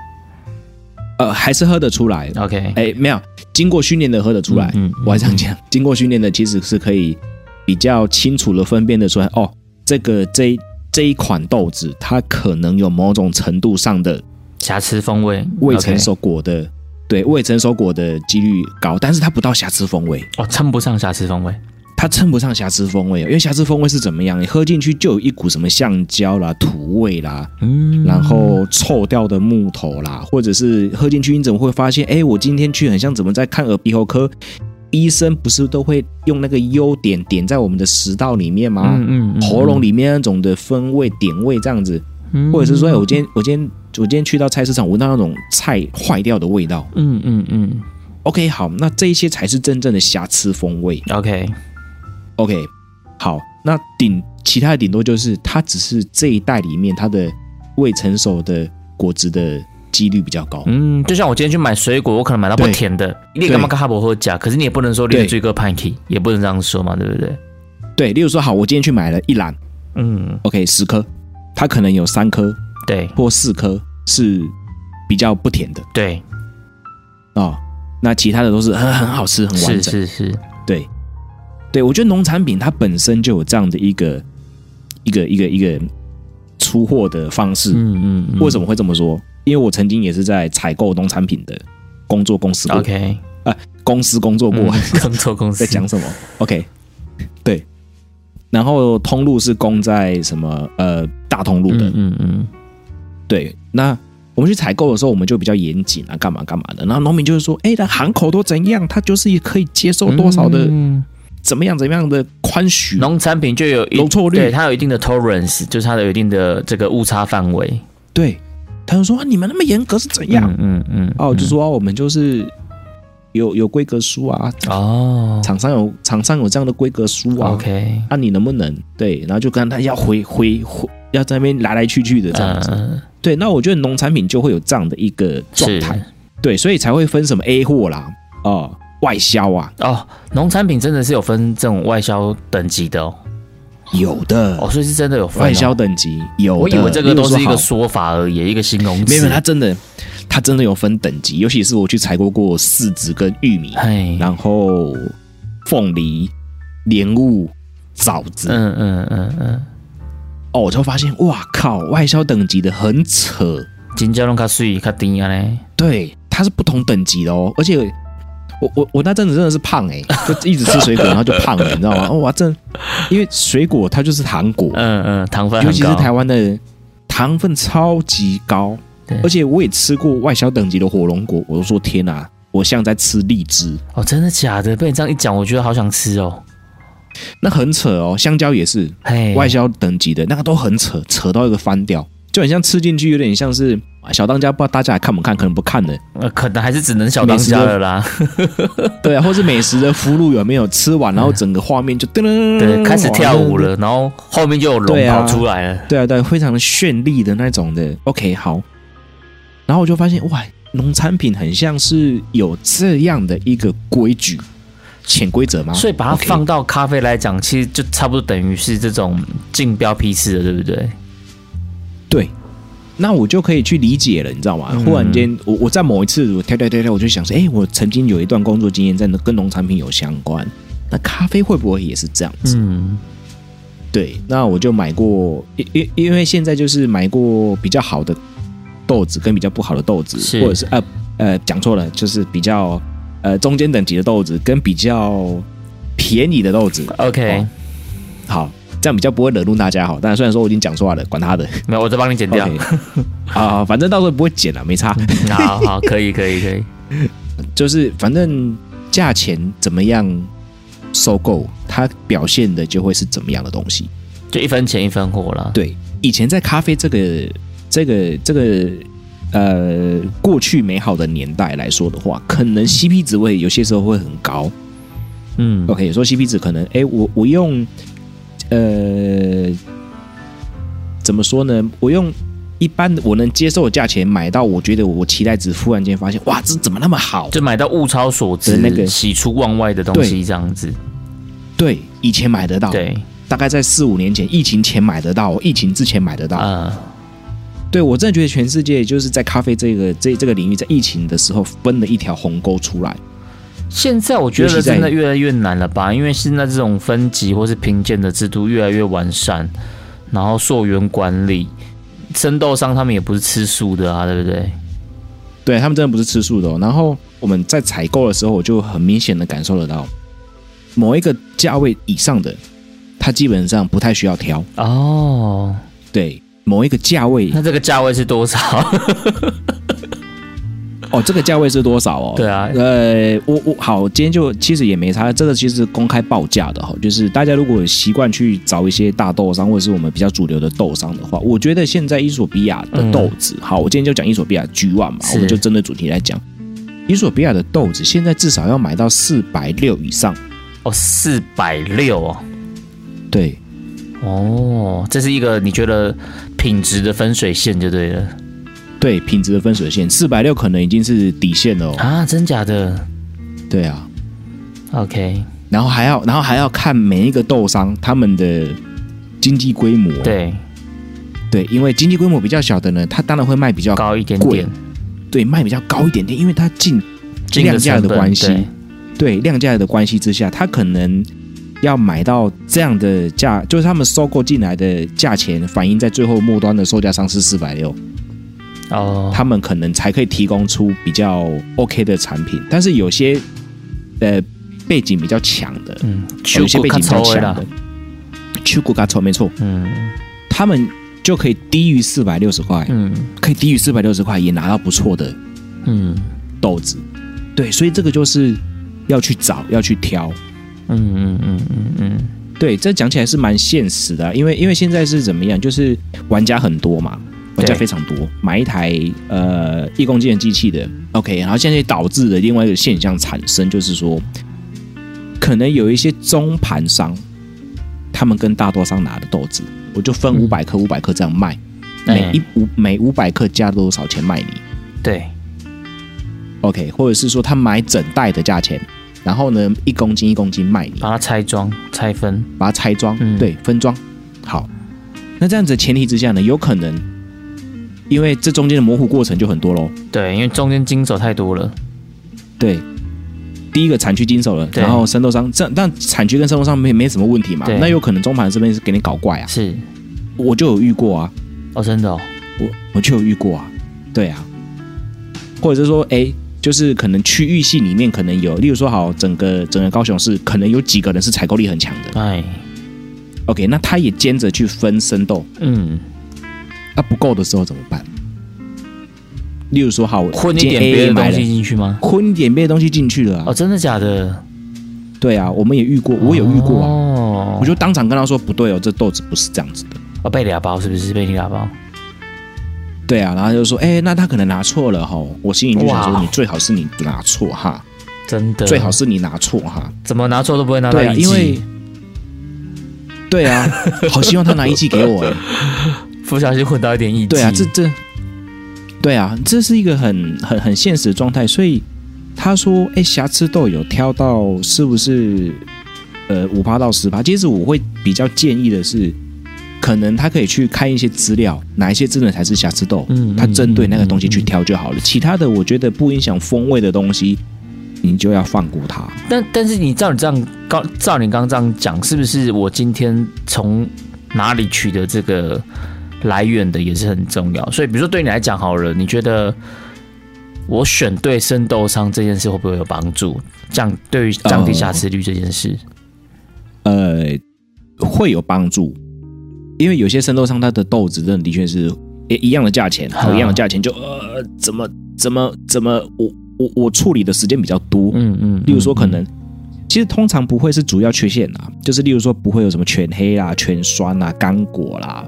Speaker 1: 呃还是喝得出来，
Speaker 2: ，OK，
Speaker 1: 哎、没有经过训练的喝得出来。
Speaker 2: 嗯嗯嗯
Speaker 1: 我还这样讲，经过训练的其实是可以比较清楚的分辨得出来哦，这个这一这一款豆子它可能有某种程度上的
Speaker 2: 瑕疵风味
Speaker 1: 未成熟果的。对未成熟果的几率高，但是它不到瑕疵风味，
Speaker 2: o k 哦，称不上瑕疵风味，
Speaker 1: 它称不上瑕疵风味，因为瑕疵风味是怎么样？你喝进去就有一股什么橡胶啦、土味啦，
Speaker 2: 嗯，
Speaker 1: 然后臭掉的木头啦，或者是喝进去你怎么会发现？哎，我今天去很像怎么在看耳鼻喉科？医生不是都会用那个优点点在我们的食道里面吗？
Speaker 2: 嗯
Speaker 1: 喉咙里面那种的风味点位这样子，
Speaker 2: 嗯
Speaker 1: 或者是说，哎我今天我今天我今天去到菜市场闻到那种菜坏掉的味道。
Speaker 2: 嗯嗯嗯
Speaker 1: OK，好，那这一些才是真正的瑕疵风味。
Speaker 2: 嗯，OK，
Speaker 1: OK，好，那顶其他的顶多就是它只是这一代里面它的未成熟的果汁的几率比较高。
Speaker 2: 嗯，就像我今天去买水果，我可能买到不
Speaker 1: 对
Speaker 2: 甜的，你干嘛跟哈勃喝假？可是你也不能说你
Speaker 1: 对
Speaker 2: 最个 panky，也不能这样说嘛，对不对？
Speaker 1: 对，例如说，好，我今天去买了一篮
Speaker 2: 嗯，
Speaker 1: ，OK，十颗，它可能有三颗
Speaker 2: 对
Speaker 1: 或四颗是比较不甜的
Speaker 2: 对，
Speaker 1: 哦，那其他的都是很很好吃，很完
Speaker 2: 是
Speaker 1: 整。
Speaker 2: 是是，
Speaker 1: 对，对我觉得农产品它本身就有这样的一个一个一个一个出货的方式。
Speaker 2: 嗯嗯嗯，
Speaker 1: 为什么会这么说？因为我曾经也是在采购农产品的工作公司过
Speaker 2: OK，嗯
Speaker 1: 公司工作过，
Speaker 2: 工作公司
Speaker 1: [laughs] 在讲什么？OK，对。然后通路是供在什么呃大通路的，
Speaker 2: 嗯嗯嗯，
Speaker 1: 对。那我们去采购的时候，我们就比较严谨啊，干嘛干嘛的。然后农民就是说，哎，那行口都怎样，他就是可以接受多少的、
Speaker 2: 嗯
Speaker 1: 怎么样怎么样的宽许。
Speaker 2: 农产品就有一
Speaker 1: 容错率
Speaker 2: 对它有一定的 tolerance，就是它有一定的这个误差范围。
Speaker 1: 对，他就说、啊、你们那么严格是怎样？
Speaker 2: 嗯嗯嗯，
Speaker 1: 哦，就说、啊我们就是有有规格书啊，
Speaker 2: 哦
Speaker 1: 厂商有厂商有这样的规格书啊。
Speaker 2: ，OK，
Speaker 1: 那、你能不能对？然后就跟他要回回回，要在那边来来去去的这样子。
Speaker 2: 嗯
Speaker 1: 对，那我觉得农产品就会有这样的一个状
Speaker 2: 是
Speaker 1: 态，对，所以才会分什么 A 货啦，哦、外销啊，
Speaker 2: 哦，农产品真的是有分这种外销等级的哦，
Speaker 1: 有的、
Speaker 2: 哦，所以是真的有分哦
Speaker 1: 外销。等级有的。
Speaker 2: 我以为这个
Speaker 1: 例如
Speaker 2: 都
Speaker 1: 说
Speaker 2: 是一个
Speaker 1: 好
Speaker 2: 说法而已，一个形容词。
Speaker 1: 没有，没有它真的，它真的有分等级，尤其是我去采购过柿子跟玉米，
Speaker 2: 嘿，
Speaker 1: 然后凤梨、莲雾、枣子，
Speaker 2: 嗯嗯嗯嗯，
Speaker 1: 哦，我就发现，哇靠，外销等级的很扯，
Speaker 2: 金蕉弄卡水卡丁啊嘞，
Speaker 1: 对，它是不同等级的哦，而且我我我那阵子真的是胖哎、就一直吃水果，然后就胖了，你知道吗？哦，哇，真，因为水果它就是糖果，
Speaker 2: 嗯嗯，糖分很
Speaker 1: 尤
Speaker 2: 高，
Speaker 1: 其是台湾的糖分超级高
Speaker 2: 对，
Speaker 1: 而且我也吃过外销等级的火龙果，我就说天哪、我像在吃荔枝，
Speaker 2: 哦，真的假的？被你这样一讲，我觉得好想吃哦。
Speaker 1: 那很扯哦。香蕉也是
Speaker 2: 嘿，
Speaker 1: 外销等级的，那个都很扯，扯到一个翻掉，就很像吃进去，有点像是啊小当家，不知道大家还看不看，可能不看的，
Speaker 2: 呃，可能还是只能小当家了啦。
Speaker 1: 对啊，或是美食的俘虏有没有吃完，然后整个画面就噔噔，
Speaker 2: 嗯对，开始跳舞
Speaker 1: 了。
Speaker 2: 了，然后后面就有龙
Speaker 1: 对啊
Speaker 2: 跑出来了。
Speaker 1: 对啊，对，非常的绚丽的那种的。OK，好。然后我就发现，哇，农产品很像是有这样的一个规矩、潜规则吗？
Speaker 2: 所以把它
Speaker 1: OK
Speaker 2: 放到咖啡来讲，其实就差不多等于是这种竞标批次的，对不对？
Speaker 1: 对，那我就可以去理解了，你知道吗？
Speaker 2: 嗯
Speaker 1: 忽然间，我我在某一次我跳跳跳跳，我就想说，哎，我曾经有一段工作经验在跟农产品有相关，那咖啡会不会也是这样子？
Speaker 2: 嗯，
Speaker 1: 对，那我就买过，因因因为现在就是买过比较好的豆子跟比较不好的豆子，
Speaker 2: 是
Speaker 1: 或者是呃呃讲错了，就是比较呃中间等级的豆子跟比较便宜的豆子。
Speaker 2: OK，、
Speaker 1: 哦好，这样比较不会惹怒大家哈。当然，虽然说我已经讲错了，管他的。
Speaker 2: 没有，我再帮你剪掉。
Speaker 1: OK，啊、反正到时候不会剪了，没差。
Speaker 2: [laughs]
Speaker 1: [laughs]
Speaker 2: 好好，可以，可以，可以。
Speaker 1: 就是反正价钱怎么样收购，它表现的就会是怎么样的东西。
Speaker 2: 就一分钱一分货啦。
Speaker 1: 对，以前在咖啡这个这个这个呃过去美好的年代来说的话，可能 CP 值会有些时候会很高。
Speaker 2: 嗯
Speaker 1: OK，说 CP 值可能，哎，我我用呃怎么说呢？我用一般我能接受的价钱买到，我觉得我期待值，忽然间发现，哇，这怎么那么好？
Speaker 2: 就买到物超所值、
Speaker 1: 的那个
Speaker 2: 喜出望外的东西，这样子。
Speaker 1: 对，以前买得到，
Speaker 2: 对，
Speaker 1: 大概在四五年前，疫情前买得到，疫情之前买得到，
Speaker 2: 嗯，
Speaker 1: 对我真的觉得全世界就是在咖啡这个这这个领域，在疫情的时候分了一条鸿沟出来。
Speaker 2: 现在我觉得真的越来越难了吧？因为现在这种分级或是评鉴的制度越来越完善，然后溯源管理，生豆商他们也不是吃素的啊，对不对？
Speaker 1: 对他们真的不是吃素的、哦。然后我们在采购的时候，我就很明显的感受得到，某一个价位以上的，它基本上不太需要挑。
Speaker 2: 哦，
Speaker 1: 对，某一个价位
Speaker 2: 那这个价位是
Speaker 1: [laughs]
Speaker 2: 多少？
Speaker 1: 哦，这个价位是多少哦？
Speaker 2: 对啊
Speaker 1: 呃，我我好，今天就其实也没差，这个其实公开报价的哈、就是大家如果习惯去找一些大豆商或者是我们比较主流的豆商的话，我觉得现在伊索比亚的豆子，好，我今天就讲伊索比亚 G One 嘛，
Speaker 2: 嗯是
Speaker 1: 我们就针对主题来讲，伊索比亚的豆子现在至少要买到四百六以上，
Speaker 2: 哦，四百六哦。
Speaker 1: 对，
Speaker 2: 哦，这是一个你觉得品质的分水线就对了
Speaker 1: 对，品质的分水线四百六可能已经是底线了、哦，
Speaker 2: 啊？真假的
Speaker 1: 对啊，
Speaker 2: ？OK，
Speaker 1: 然后还要然后还要看每一个豆商他们的经济规模，。啊
Speaker 2: 对，
Speaker 1: 对，因为经济规模比较小的呢，它当然会卖比较
Speaker 2: 高一点
Speaker 1: 贵
Speaker 2: 点，
Speaker 1: 对，卖比较高一点点，因为它进
Speaker 2: 进
Speaker 1: 量价
Speaker 2: 成
Speaker 1: 的
Speaker 2: 本
Speaker 1: 关系对
Speaker 2: 对
Speaker 1: 量价的关系之下，它可能要买到这样的价，就是他们收购进来的价钱反映在最后末端的售价上是四百六，
Speaker 2: 哦，
Speaker 1: 他们可能才可以提供出比较 OK 的产品。但是有些呃背景比较强的，
Speaker 2: 嗯，
Speaker 1: 有一些背景比较
Speaker 2: 手骨较粗的
Speaker 1: 强
Speaker 2: 啦
Speaker 1: 的，去骨嘎丑没错，
Speaker 2: 嗯
Speaker 1: 他们就可以低于四百六十块，
Speaker 2: 嗯
Speaker 1: 可以低于四百六十块也拿到不错的
Speaker 2: 嗯
Speaker 1: 豆子，对，所以这个就是要去找，要去挑。
Speaker 2: 嗯嗯嗯嗯嗯，
Speaker 1: 对，这讲起来是蛮现实的啊、因为因为现在是怎么样，就是玩家很多嘛，玩家
Speaker 2: 对
Speaker 1: 非常多，买一台呃一公斤的机器的，OK，然后现在导致的另外一个现象产生，就是说，可能有一些中盘商，他们跟大多商拿的豆子，我就分
Speaker 2: 嗯
Speaker 1: 五百克、五百克这样卖，
Speaker 2: 哎
Speaker 1: 每一五每五百克加多少钱卖你
Speaker 2: 对，
Speaker 1: ，OK，或者是说他买整袋的价钱，然后呢一公斤一公斤卖你，
Speaker 2: 把它拆装拆分，
Speaker 1: 把它拆装，
Speaker 2: 啊嗯
Speaker 1: 对，分装。好，那这样子的前提之下呢，有可能因为这中间的模糊过程就很多喽。
Speaker 2: 对，因为中间经手太多了，
Speaker 1: 对，第一个产区经手了，
Speaker 2: 对
Speaker 1: 然后生豆商这但产区跟生豆商没没什么问题嘛
Speaker 2: 对，
Speaker 1: 那有可能中盘这边是给你搞怪啊，
Speaker 2: 是
Speaker 1: 我就有遇过啊，
Speaker 2: 哦，真的哦，
Speaker 1: 我我就有遇过啊，对啊，或者是说，哎、就是可能区域性里面可能有，例如说好，整个整个高雄市可能有几个人是采购力很强的
Speaker 2: 哎，
Speaker 1: ，OK，那他也兼着去分生豆，
Speaker 2: 嗯，
Speaker 1: 那不够的时候怎么办？例如说好，我
Speaker 2: 混一
Speaker 1: 今
Speaker 2: 点
Speaker 1: 天 A
Speaker 2: 别的
Speaker 1: 也买
Speaker 2: 东
Speaker 1: 了
Speaker 2: 西，进去吗？
Speaker 1: 混一点别的东西进去了、啊
Speaker 2: 哦，，真的假的？
Speaker 1: 对啊，我们也遇过，我有遇过啊。
Speaker 2: 哦
Speaker 1: 我，就当场跟他说不对哦，这豆子不是这样子的。
Speaker 2: 哦，被俩包是不是？被俩包？
Speaker 1: 对啊，然后他就说，哎、那他可能拿错了哈。我心里就想说，
Speaker 2: 哇啊
Speaker 1: 你最好是你拿错哈，
Speaker 2: 真的，
Speaker 1: 最好是你拿错哈。
Speaker 2: 怎么拿错都不会拿到
Speaker 1: 对啊，
Speaker 2: 一
Speaker 1: 因为
Speaker 2: 季，
Speaker 1: 对
Speaker 2: [laughs]
Speaker 1: 啊，好希望他拿一季给我哎。
Speaker 2: 不小心混到一点一季。
Speaker 1: 对啊，这这，对啊，这是一个很很很现实的状态。所以他说，哎、瑕疵豆有挑到是不是呃五趴到十趴？其实我会比较建议的是，可能他可以去看一些资料，哪一些真的才是瑕疵豆，
Speaker 2: 嗯
Speaker 1: 他针对那个东西
Speaker 2: 嗯
Speaker 1: 去挑就好了。其他的我觉得不影响风味的东西，你就要放过它。
Speaker 2: 但但是你照你这样刚照你刚刚这样讲，是不是我今天从哪里取得这个来源的也是很重要？所以比如说对你来讲好了，你觉得我选对生豆商这件事会不会有帮助？降对于降低瑕疵率这件事，
Speaker 1: 呃，会有帮助，因为有些生豆商它的豆子真的的确是也一样的价钱，
Speaker 2: 啊
Speaker 1: 好一样的价钱就呃怎么怎么怎么我我我处理的时间比较多，
Speaker 2: 嗯嗯，
Speaker 1: 例如说可
Speaker 2: 嗯
Speaker 1: 能。其实通常不会是主要缺陷啦，就是例如说不会有什么全黑啦、全酸啦、干果啦，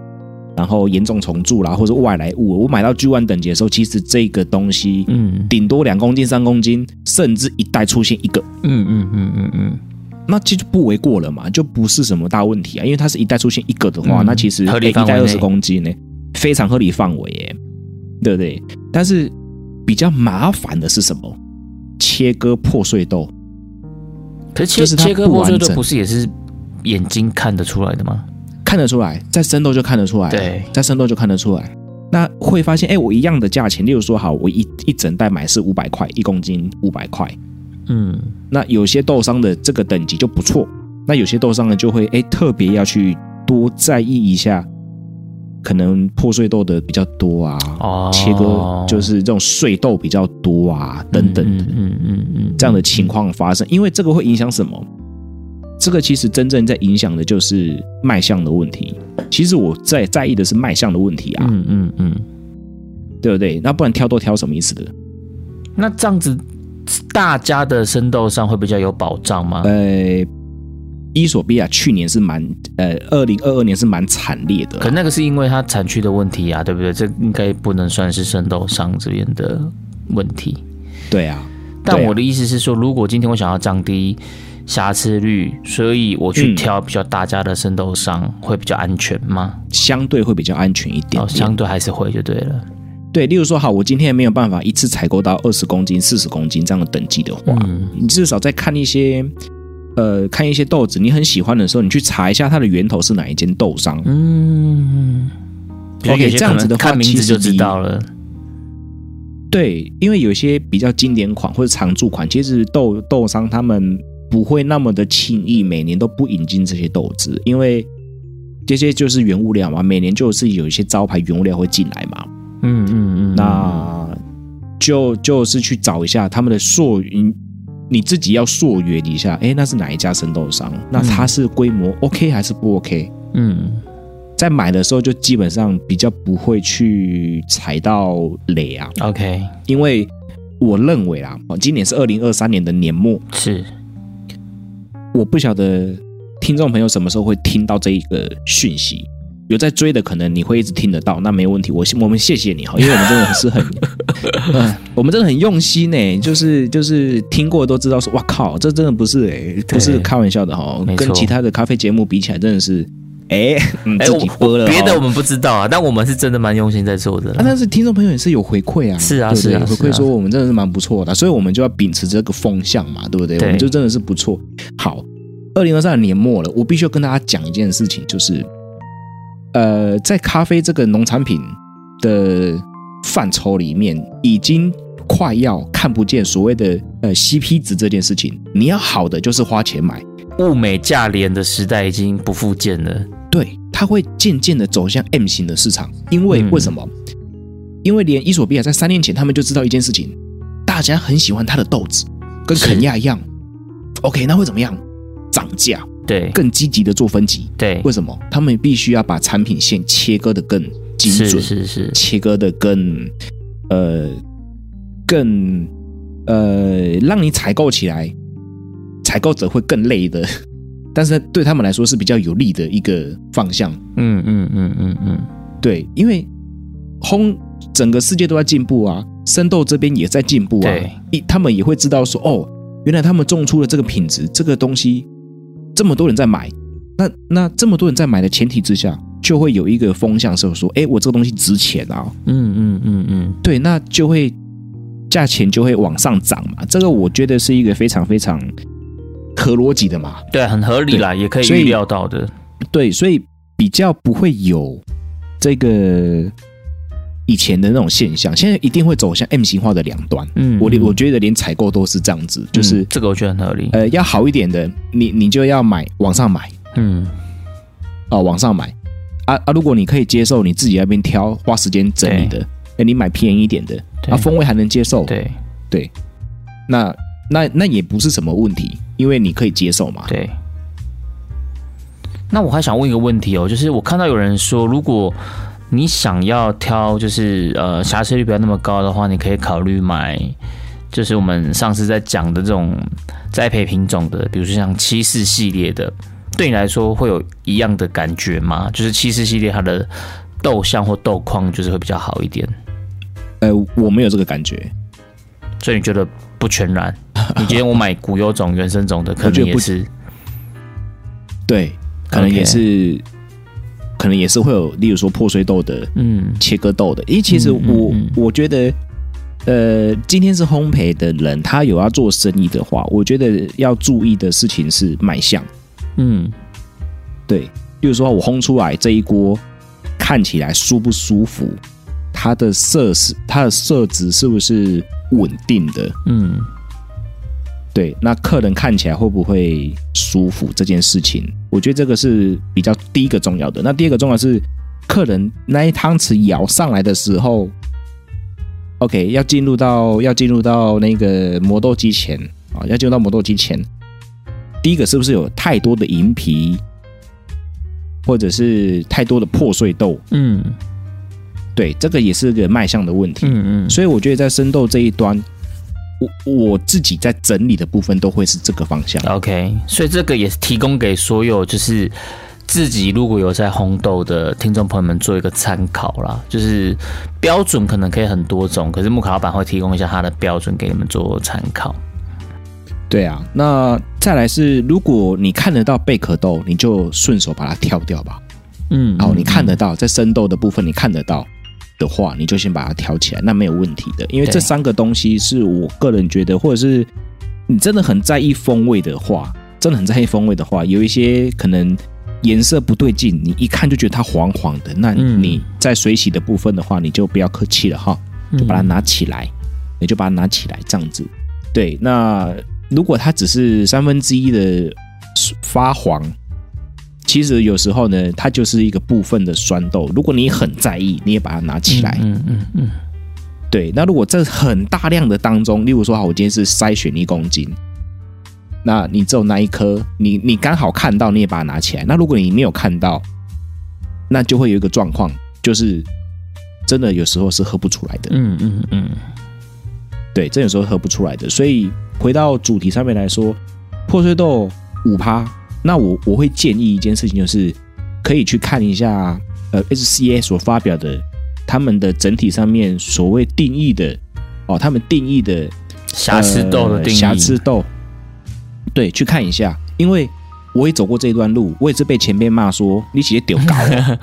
Speaker 1: 然后严重重蛀啦，或者外来物。我买到 G one 等级的时候，其实这个东西
Speaker 2: 嗯
Speaker 1: 顶多两公斤、三公斤，甚至一袋出现一个，
Speaker 2: 嗯嗯嗯嗯嗯
Speaker 1: 那其实不为过了嘛，就不是什么大问题啊。因为它是一袋出现一个的话，
Speaker 2: 嗯
Speaker 1: 那其实
Speaker 2: 合理
Speaker 1: 诶
Speaker 2: 范
Speaker 1: 一
Speaker 2: 围
Speaker 1: 袋
Speaker 2: 内
Speaker 1: 二十公斤呢、非常合理范围耶、对不对？但是比较麻烦的是什么？切割破碎豆，
Speaker 2: 嗯。可是切
Speaker 1: 就是它
Speaker 2: 切割
Speaker 1: 不
Speaker 2: 破碎
Speaker 1: 完
Speaker 2: 都
Speaker 1: 整
Speaker 2: 不是也是眼睛看得出来的吗？
Speaker 1: 看得出来，在生豆就看得出来，啊
Speaker 2: 对，
Speaker 1: 在生豆就看得出来。那会发现，哎，我一样的价钱，例如说，好，我一一整袋买是五百块，一公斤五百块。
Speaker 2: 嗯，
Speaker 1: 那有些豆商的这个等级就不错，那有些豆商呢就会哎特别要去多在意一下，可能破碎豆的比较多啊，
Speaker 2: 哦，
Speaker 1: 切割就是这种碎豆比较多啊等等
Speaker 2: 嗯嗯嗯嗯嗯
Speaker 1: 这样的情况发生，因为这个会影响什么？这个其实真正在影响的就是卖相的问题。其实我在在意的是卖相的问题啊，
Speaker 2: 嗯嗯嗯。
Speaker 1: 对不对？那不然挑豆挑什么意思的？
Speaker 2: 那这样子，大家的生豆上会比较有保障吗？嗯
Speaker 1: 呃，伊索比亚去年是蛮呃，二零二二年是蛮惨烈的啊、
Speaker 2: 可那个是因为它产区的问题啊，对不对？这应该不能算是生豆商这边的问题。
Speaker 1: 对啊，
Speaker 2: 但
Speaker 1: 对啊
Speaker 2: 我的意思是说，如果今天我想要降低瑕疵率，所以我去
Speaker 1: 嗯
Speaker 2: 挑比较大家的生豆商、会比较安全吗？
Speaker 1: 相对会比较安全一点
Speaker 2: 哦，
Speaker 1: 点。
Speaker 2: 相对还是会就对了。
Speaker 1: 对，例如说，好，我今天没有办法一次采购到二十公斤、四十公斤这样的等级的话，
Speaker 2: 嗯，
Speaker 1: 你至少在看一些，呃，看一些豆子你很喜欢的时候，你去查一下它的源头是哪一间豆商。
Speaker 2: 嗯比如
Speaker 1: OK，
Speaker 2: 有些
Speaker 1: 这样子
Speaker 2: 可能
Speaker 1: 的话
Speaker 2: 看名字
Speaker 1: 其实
Speaker 2: 就知
Speaker 1: 你
Speaker 2: 道了。
Speaker 1: 对，因为有些比较经典款或者常驻款，其实豆豆商他们不会那么的轻易每年都不引进这些豆子，因为这些就是原物料嘛，每年就是有一些招牌原物料会进来嘛。
Speaker 2: 嗯嗯嗯，
Speaker 1: 那就就是去找一下他们的溯源，你自己要溯源一下，诶，那是哪一家生豆商？那它是规模 OK 还是不 OK？
Speaker 2: 嗯
Speaker 1: 在买的时候就基本上比较不会去踩到雷啊，
Speaker 2: ，OK，
Speaker 1: 因为我认为啦，哦今年是二零二三年的年末，
Speaker 2: 是
Speaker 1: 我不晓得听众朋友什么时候会听到这一个讯息，有在追的，可能你会一直听得到，那没问题。我我们谢谢你哈，因为我们真的是很，
Speaker 2: [laughs]
Speaker 1: 嗯，我们真的很用心呢、就是就是听过都知道说，哇靠，这真的不是哎、不是
Speaker 2: 对
Speaker 1: 开玩笑的哈
Speaker 2: 没，错
Speaker 1: 跟其他的咖啡节目比起来，真的是，哎、嗯，
Speaker 2: 哎、
Speaker 1: 自
Speaker 2: 我
Speaker 1: 己播了
Speaker 2: 我
Speaker 1: 哈
Speaker 2: 别的我们不知道啊，但我们是真的蛮用心在做的
Speaker 1: 啊，
Speaker 2: 啦。
Speaker 1: 但是听众朋友也是有回馈啊，
Speaker 2: 是啊
Speaker 1: 对不对
Speaker 2: 是啊
Speaker 1: 有回
Speaker 2: 是啊
Speaker 1: 馈说我们真的是蛮不错的，所以我们就要秉持这个风向嘛，对不对？
Speaker 2: 对
Speaker 1: 我们就真的是不错。好，二零二三年末了，我必须要跟大家讲一件事情，就是，呃，在咖啡这个农产品的范畴里面，已经快要看不见所谓的呃 CP 值这件事情。你要好的就是花钱买，
Speaker 2: 物美价廉的时代已经不复见了。
Speaker 1: 对，它会渐渐的走向 M 型的市场，因为
Speaker 2: 嗯
Speaker 1: 为什么？因为连伊索比亚在三年前他们就知道一件事情，大家很喜欢它的豆子，跟
Speaker 2: 是
Speaker 1: 肯亚一样。OK，那会怎么样？涨价，
Speaker 2: 对
Speaker 1: 更积极的做分级。
Speaker 2: 对，
Speaker 1: 为什么？他们必须要把产品线切割的更精准，
Speaker 2: 是是是，
Speaker 1: 切割的更呃更呃，让你采购起来，呃采购者会更累的，但是对他们来说是比较有利的一个方向。
Speaker 2: 嗯嗯嗯嗯嗯，
Speaker 1: 对，因为烘整个世界都在进步啊，生豆这边也在进步啊
Speaker 2: 对，
Speaker 1: 一他们也会知道说，哦，原来他们种出了这个品质，这个东西这么多人在买，那那这么多人在买的前提之下，就会有一个风向是说，哎，我这个东西值钱啊，
Speaker 2: 嗯嗯嗯嗯，
Speaker 1: 对，那就会价钱就会往上涨嘛。这个我觉得是一个非常非常合逻辑的嘛。
Speaker 2: 对，啊很合理啦，也可以
Speaker 1: 所以
Speaker 2: 预料到的。
Speaker 1: 对，所以比较不会有这个以前的那种现象，现在一定会走向 M 型化的两端。
Speaker 2: 嗯，
Speaker 1: 我连
Speaker 2: 嗯
Speaker 1: 我觉得连采购都是这样子，就是
Speaker 2: 嗯、这个我觉得很合理。
Speaker 1: 呃要好一点的，你你就要买往上买
Speaker 2: 嗯，
Speaker 1: 啊、往上买啊啊！如果你可以接受你自己在那边挑，花时间整理的，哎，你买便宜一点的，
Speaker 2: 对
Speaker 1: 啊，风味还能接受，
Speaker 2: 对
Speaker 1: 那那那也不是什么问题，因为你可以接受嘛。
Speaker 2: 对。那我还想问一个问题哦，就是我看到有人说，如果你想要挑就是呃瑕疵率不要那么高的话，你可以考虑买，就是我们上次在讲的这种栽培品种的，比如说像七四系列的，对你来说会有一样的感觉吗？就是七四系列它的豆相或豆框就是会比较好一点，
Speaker 1: 呃，我没有这个感觉，
Speaker 2: 所以你觉得不全然？你今天我买古优种、原生种的，可
Speaker 1: 我觉
Speaker 2: 能
Speaker 1: 得
Speaker 2: 也
Speaker 1: 不
Speaker 2: 是
Speaker 1: 对，可能
Speaker 2: OK
Speaker 1: 也是可能也是会有，例如说破碎豆的、
Speaker 2: 嗯
Speaker 1: 切割豆的。因为其实
Speaker 2: 嗯嗯
Speaker 1: 我、
Speaker 2: 嗯
Speaker 1: 我觉得，呃，今天是烘焙的人，他有要做生意的话，我觉得要注意的事情是卖相。
Speaker 2: 嗯
Speaker 1: 对，例如说我烘出来这一锅看起来舒不舒服，它的色是它的色值是不是稳定的？
Speaker 2: 嗯。
Speaker 1: 对，那客人看起来会不会舒服这件事情，我觉得这个是比较第一个重要的。那第二个重要是，客人那一汤匙舀上来的时候，OK，要进入到要进入到那个磨豆机前啊，要进入到磨豆机前，第一个是不是有太多的银皮，或者是太多的破碎豆？
Speaker 2: 嗯
Speaker 1: 对，这个也是个卖相的问题。
Speaker 2: 嗯嗯，
Speaker 1: 所以我觉得在生豆这一端，我我自己在整理的部分都会是这个方向。
Speaker 2: OK，所以这个也是提供给所有就是自己如果有在烘豆的听众朋友们做一个参考啦。就是标准可能可以很多种，可是木卡老板会提供一下他的标准给你们做参考。
Speaker 1: 对啊，那再来是，如果你看得到贝壳豆，你就顺手把它挑掉吧。
Speaker 2: 嗯，
Speaker 1: 哦，你看
Speaker 2: 的
Speaker 1: 得到，在生豆的部分你看得到的话，你就先把它挑起来，那没有问题的。因为
Speaker 2: 对
Speaker 1: 这三个东西是我个人觉得，或者是你真的很在意风味的话，真的很在意风味的话，有一些可能颜色不对劲，你一看就觉得它黄黄的，那
Speaker 2: 嗯
Speaker 1: 你在水洗的部分的话，你就不要客气了哈。就把它
Speaker 2: 嗯
Speaker 1: 拿起来，你就把它拿起来，这样子。对，那如果它只是三分之一的发黄，其实有时候呢，它就是一个部分的酸豆。如果你很在意，你也把它拿起来。
Speaker 2: 嗯嗯嗯
Speaker 1: 对，那如果这很大量的当中，例如说，好，我今天是筛选一公斤，那你只有那一颗，你你刚好看到，你也把它拿起来。那如果你没有看到，那就会有一个状况，就是真的有时候是喝不出来的。
Speaker 2: 嗯嗯嗯
Speaker 1: 对，这有时候喝不出来的。所以回到主题上面来说，破碎豆五趴，那我我会建议一件事情，就是可以去看一下呃 SCA 所发表的他们的整体上面所谓定义的哦，他们定义的
Speaker 2: 瑕疵豆的定义，
Speaker 1: 瑕疵豆，呃对，去看一下，因为我也走过这一段路，我也是被前辈骂说你直接丢搞
Speaker 2: [laughs]
Speaker 1: 哦，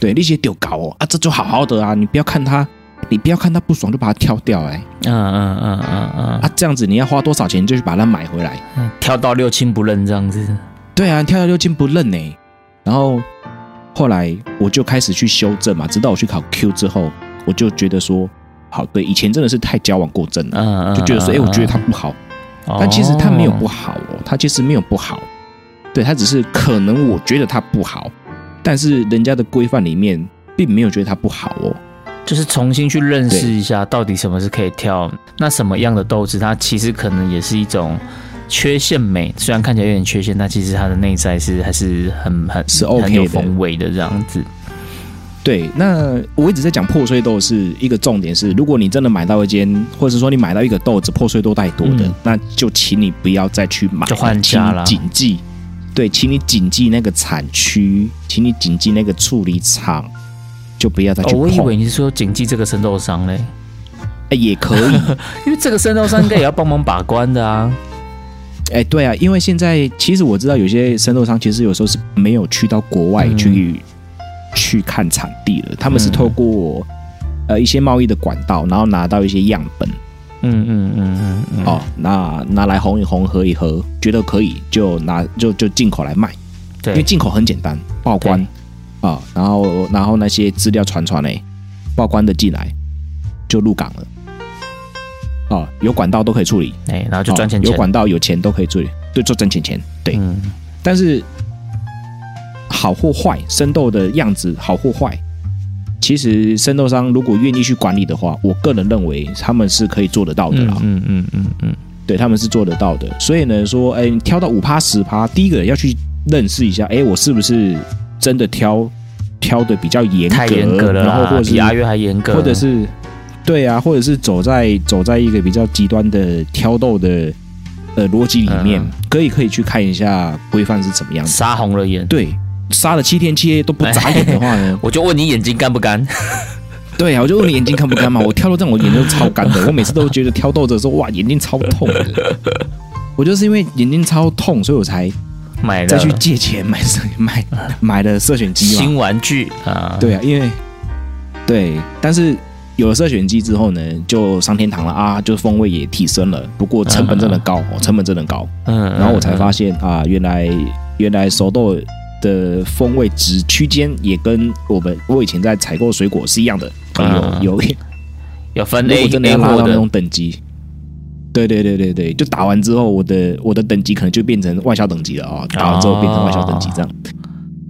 Speaker 1: 对，你直接丢搞哦啊，这就好好的啊，你不要看他，你不要看他不爽就把它挑掉哎、
Speaker 2: 嗯嗯嗯嗯
Speaker 1: 啊，这样子你要花多少钱就去把它买回来，
Speaker 2: 嗯，挑到六亲不认这样子，
Speaker 1: 对啊，跳到六斤不认呢、然后后来我就开始去修正嘛，直到我去考 Q 之后，我就觉得说，好，对，以前真的是太矫枉过正了，
Speaker 2: 嗯嗯，
Speaker 1: 就觉得说，哎、
Speaker 2: 嗯
Speaker 1: 我觉得它，不好，
Speaker 2: 嗯
Speaker 1: 但其实它没有不，好哦，它其实没有不好，对，它只是可能我觉得它不好，但是人家的规范里面并没有觉得它不好哦，
Speaker 2: 哦就是重新去认识一下到底什么是可以挑，那什么样的豆子，它其实可能也是一种。缺陷美虽然看起来有点缺陷，但其实它的内在是还是很很
Speaker 1: 是
Speaker 2: 很有
Speaker 1: OK 的
Speaker 2: 风味的这样子。
Speaker 1: 对，那我一直在讲破碎豆是一个重点是，如果你真的买到一间，或者是说你买到一个豆子破碎豆太多的，
Speaker 2: 嗯
Speaker 1: 那就请你不要再去买，
Speaker 2: 就换家啦
Speaker 1: 请你谨记，对，请你谨记那个产区，请你谨记那个处理厂，就不要再去
Speaker 2: 哦，
Speaker 1: 碰。
Speaker 2: 我以为你是说谨记这个生豆商嘞，
Speaker 1: 哎也可以，
Speaker 2: 因为这个生豆商应该也要帮忙把关
Speaker 1: [laughs]
Speaker 2: 的啊。
Speaker 1: 哎，对啊，因为现在其实我知道有些生豆商其实有时候是没有去到国外
Speaker 2: 嗯
Speaker 1: 去、去看产地的，他们是
Speaker 2: 嗯
Speaker 1: 透过、呃一些贸易的管道，然后拿到一些样本。
Speaker 2: 嗯嗯嗯嗯嗯，
Speaker 1: 哦，那拿来烘一烘，喝一喝，觉得可以就拿就就进口来卖，因为
Speaker 2: 对，
Speaker 1: 进口很简单，报关啊、然后然后那些资料传传嘞，报关的进来就入港了，哦，有管道都可以处理，
Speaker 2: 哎，然后就赚钱
Speaker 1: 哦
Speaker 2: 钱
Speaker 1: 有。管道有钱都可以处理，对，就赚钱钱，对，
Speaker 2: 嗯，
Speaker 1: 但是好或坏，生豆的样子好或坏，其实生豆商如果愿意去管理的话，我个人认为他们是可以做得到的啦。
Speaker 2: 嗯嗯嗯嗯
Speaker 1: 对，他们是做得到的。所以呢，说，哎、你挑到五趴十趴，第一个要去认识一下，哎、我是不是真的挑挑的比较严
Speaker 2: 嗯，
Speaker 1: 格，
Speaker 2: 太严格了啦，
Speaker 1: 然后或者
Speaker 2: 比
Speaker 1: 是
Speaker 2: 阿月还严格，
Speaker 1: 或者是对啊，或者是走在走在一个比较极端的挑豆的呃逻辑里面，
Speaker 2: 嗯
Speaker 1: 可以可以去看一下规范是怎么样的。
Speaker 2: 杀红了眼。，
Speaker 1: 对，杀了七天七夜都不眨眼的话呢
Speaker 2: 我就问你眼睛干不干？
Speaker 1: [laughs] 对啊，我就问你眼睛干不干嘛？我挑豆这样，我眼睛都超干的。我每次都觉得挑豆子的时候，哇，眼睛超痛的。我就是因为眼睛超痛，所以我才
Speaker 2: 买了
Speaker 1: 再去借钱买 [laughs] 摄买买了摄选机嘛。
Speaker 2: 新玩具啊，，
Speaker 1: 对啊，因为对，但是有了摄选机之后呢，就上天堂了啊，就风味也提升了。不过成本真的高，哦、成本真的高。
Speaker 2: 嗯，
Speaker 1: 然后我才发现啊，原来原来熟豆的风味值区间也跟我们我以前在采购水果是一样的，可
Speaker 2: 嗯
Speaker 1: 能有有
Speaker 2: 有分
Speaker 1: 如
Speaker 2: A
Speaker 1: 果真的
Speaker 2: A
Speaker 1: 要拉
Speaker 2: 货
Speaker 1: 到那种
Speaker 2: 的，
Speaker 1: 等级，对对对对对，就打完之后，我的我的等级可能就变成外销等级了哦，打完之后变成外销等级这样。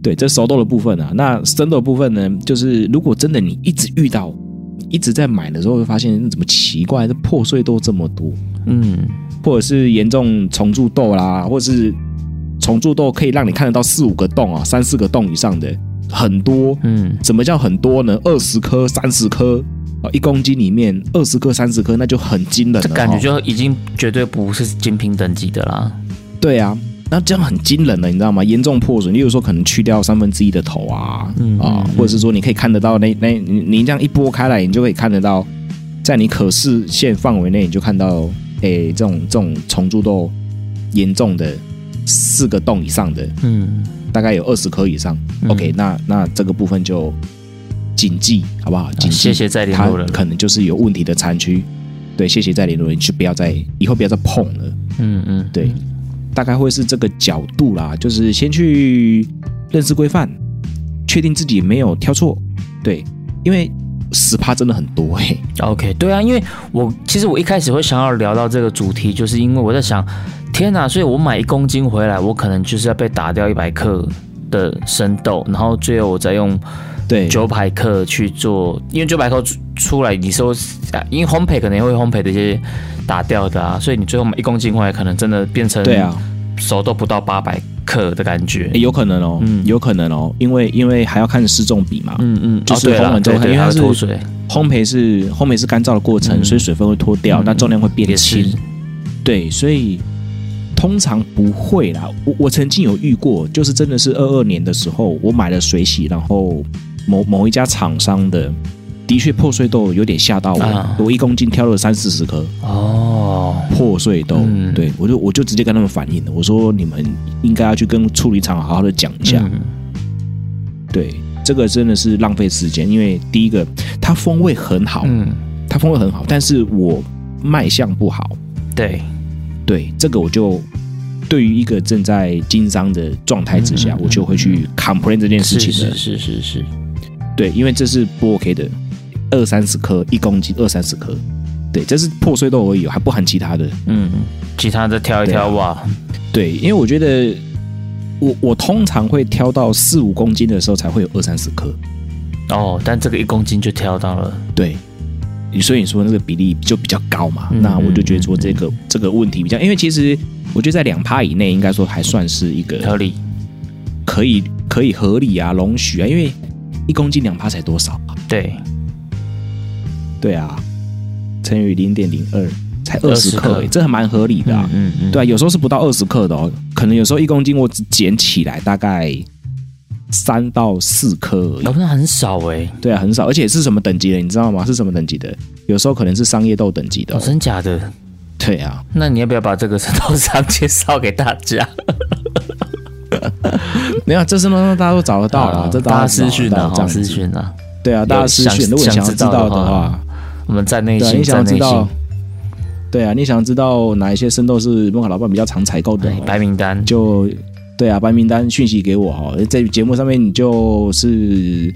Speaker 1: 对，这熟豆的部分啊，那生豆的部分呢，就是如果真的你一直遇到，一直在买的时候，会发现怎么奇怪，这破碎豆这么多，
Speaker 2: 嗯，
Speaker 1: 或者是严重重蛀豆啦，或者是重蛀豆可以让你看得到四五个洞啊，三四个洞以上的很多，
Speaker 2: 嗯，
Speaker 1: 怎么叫很多呢？二十颗、三十颗啊，一公斤里面二十颗、三十颗，那就很惊人了。
Speaker 2: 这感觉
Speaker 1: 哦
Speaker 2: 就已经绝对不是精品等级的啦。
Speaker 1: 对啊，那这样很惊人了，你知道吗？严重破损，例如说可能去掉三分之一的头啊，
Speaker 2: 嗯
Speaker 1: 啊
Speaker 2: 嗯，
Speaker 1: 或者是说你可以看得到那那你你这样一拨开来，你就可以看得到，在你可视线范围内，你就看到诶、这种这种虫蛀豆严重的四个洞以上的，
Speaker 2: 嗯
Speaker 1: 大概有二十颗以上。
Speaker 2: 嗯
Speaker 1: OK，那那这个部分就谨记好不好？谨记、
Speaker 2: 啊谢谢再联
Speaker 1: 它
Speaker 2: 络了
Speaker 1: 可能就是有问题的产区。对，谢谢再联络，你就不要再以后不要再碰了。
Speaker 2: 嗯嗯，
Speaker 1: 对，大概会是这个角度啦，就是先去认识规范，确定自己没有挑错。对，因为十趴真的很多哎、欸
Speaker 2: OK，对啊，因为我其实我一开始会想要聊到这个主题，就是因为我在想，天哪，所以我买一公斤回来，我可能就是要被打掉一百克的生豆，然后最后我再用
Speaker 1: 对，
Speaker 2: 九百克去做，因为九百克出出来，你说啊因为烘焙可能会烘焙的一些打掉的啊，所以你最后买一公斤回来，可能真的变成
Speaker 1: 对啊，
Speaker 2: 熟豆不到八百克的感觉。
Speaker 1: 欸有可能哦、
Speaker 2: 嗯
Speaker 1: 有可能哦、因为因为还要看失重比嘛。
Speaker 2: 嗯嗯，
Speaker 1: 就
Speaker 2: 哦
Speaker 1: 是
Speaker 2: 对
Speaker 1: 烘
Speaker 2: 了，
Speaker 1: 完之后
Speaker 2: 对对，
Speaker 1: 因为它
Speaker 2: 还会
Speaker 1: 是
Speaker 2: 脱水，
Speaker 1: 烘焙是烘焙是干燥的过程，
Speaker 2: 嗯
Speaker 1: 所以水分会脱掉，
Speaker 2: 嗯
Speaker 1: 那重量会变
Speaker 2: 也是
Speaker 1: 轻。对，所以通常不会啦。我我曾经有遇过，就是真的是二二年的时候，我买了水洗，然后某某一家厂商的，的确破碎豆有点吓到我，
Speaker 2: 啊
Speaker 1: 我一公斤挑了三四十颗
Speaker 2: 哦，
Speaker 1: 破碎豆，
Speaker 2: 嗯
Speaker 1: 对我就我就直接跟他们反映了，我说你们应该要去跟处理厂好好的讲一下，
Speaker 2: 嗯
Speaker 1: 对。这个真的是浪费时间，因为第一个它风味很好，
Speaker 2: 嗯，
Speaker 1: 它风味很好，但是我卖相不好，
Speaker 2: 对，
Speaker 1: 对，这个我就对于一个正在经商的状态之下，
Speaker 2: 嗯嗯嗯
Speaker 1: 我就会去 complain 这件事
Speaker 2: 是
Speaker 1: 情的。
Speaker 2: 是是是是，
Speaker 1: 对，因为这是不 OK 的，二三十颗一公斤，二三十颗。对，这是破碎豆而已，还不含其他的。
Speaker 2: 嗯，其他再挑一挑吧。
Speaker 1: 对，因为我觉得我我通常会挑到四五公斤的时候才会有二三十颗。
Speaker 2: 哦，但这个一公斤就挑到了，
Speaker 1: 对，所以你说那个比例就比较高嘛，
Speaker 2: 嗯
Speaker 1: 那我就觉得说这个、这个问题比较，因为其实我觉得在两趴以内应该说还算是一个
Speaker 2: 合理。
Speaker 1: 可以可以合理啊，容许啊，因为一公斤两趴才多少啊？
Speaker 2: 对，
Speaker 1: 对啊，乘以零点零二才二
Speaker 2: 20
Speaker 1: 十克
Speaker 2: 克
Speaker 1: 而已，这还蛮合理的啊。
Speaker 2: 嗯嗯，
Speaker 1: 对啊，有时候是不到二十克的哦，可能有时候一公斤我只捡起来大概三到四颗而已。
Speaker 2: 哦，那很少哎、
Speaker 1: 对啊，很少，而且是什么等级的，你知道吗？是什么等级的？有时候可能是商业豆等级的
Speaker 2: 哦，
Speaker 1: 哦、
Speaker 2: 真假的？
Speaker 1: 对啊，
Speaker 2: 那你要不要把这个头上介绍给大家？
Speaker 1: 没有，啊这是呢，大家都找得到了，这
Speaker 2: 哦大家
Speaker 1: 找
Speaker 2: 私
Speaker 1: 得
Speaker 2: 讯
Speaker 1: 到
Speaker 2: 啊，
Speaker 1: 这样
Speaker 2: 私
Speaker 1: 子。
Speaker 2: 讯啊，
Speaker 1: 对啊，大家私讯，
Speaker 2: 想
Speaker 1: 如果你想要
Speaker 2: 想
Speaker 1: 知
Speaker 2: 知道
Speaker 1: 道
Speaker 2: 的
Speaker 1: 的
Speaker 2: 话
Speaker 1: 话，
Speaker 2: 我们在内
Speaker 1: 对啊，
Speaker 2: 心，
Speaker 1: 你想要
Speaker 2: 在
Speaker 1: 知
Speaker 2: 内
Speaker 1: 道
Speaker 2: 心，，
Speaker 1: 对啊，你想要知道哪一些生豆是梦卡老板比较常采购的
Speaker 2: 对，，白名单，
Speaker 1: 就对啊，把名单讯息给我哈，在节目上面你就是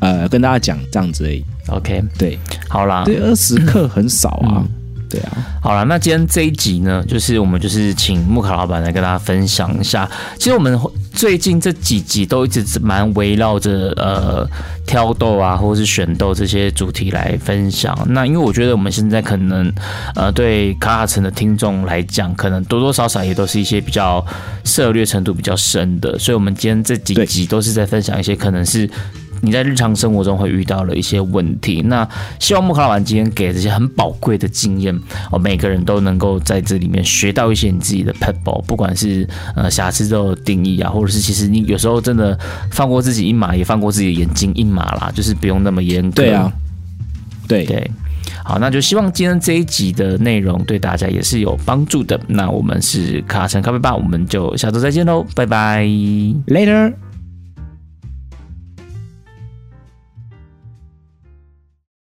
Speaker 1: 呃跟大家讲这样子而已。
Speaker 2: OK，
Speaker 1: 对，
Speaker 2: 好啦，
Speaker 1: 对，二十克很少啊，对啊，
Speaker 2: 好了，那今天这一集呢，就是我们就是请木卡老板来跟大家分享一下。其实我们最近这几集都一直蛮围绕着呃挑豆啊，或者是选豆这些主题来分享。那因为我觉得我们现在可能呃对卡卡城的听众来讲，可能多多少少也都是一些比较涉略程度比较深的，所以我们今天这几
Speaker 1: 对
Speaker 2: 集都是在分享一些可能是你在日常生活中会遇到的一些问题。那希望木卡老板今天给这些很宝贵的经验哦，每个人都能够在这里面学到一些你自己的 pebble，不管是呃瑕疵都有定义啊，或者是其实你有时候真的放过自己一马，也放过自己的眼睛一马啦，就是不用那么严格。
Speaker 1: 对啊，对，
Speaker 2: 对。好，那就希望今天这一集的内容对大家也是有帮助的。那我们是卡城咖啡吧，我们就下周再见喽，拜拜。
Speaker 1: ，later。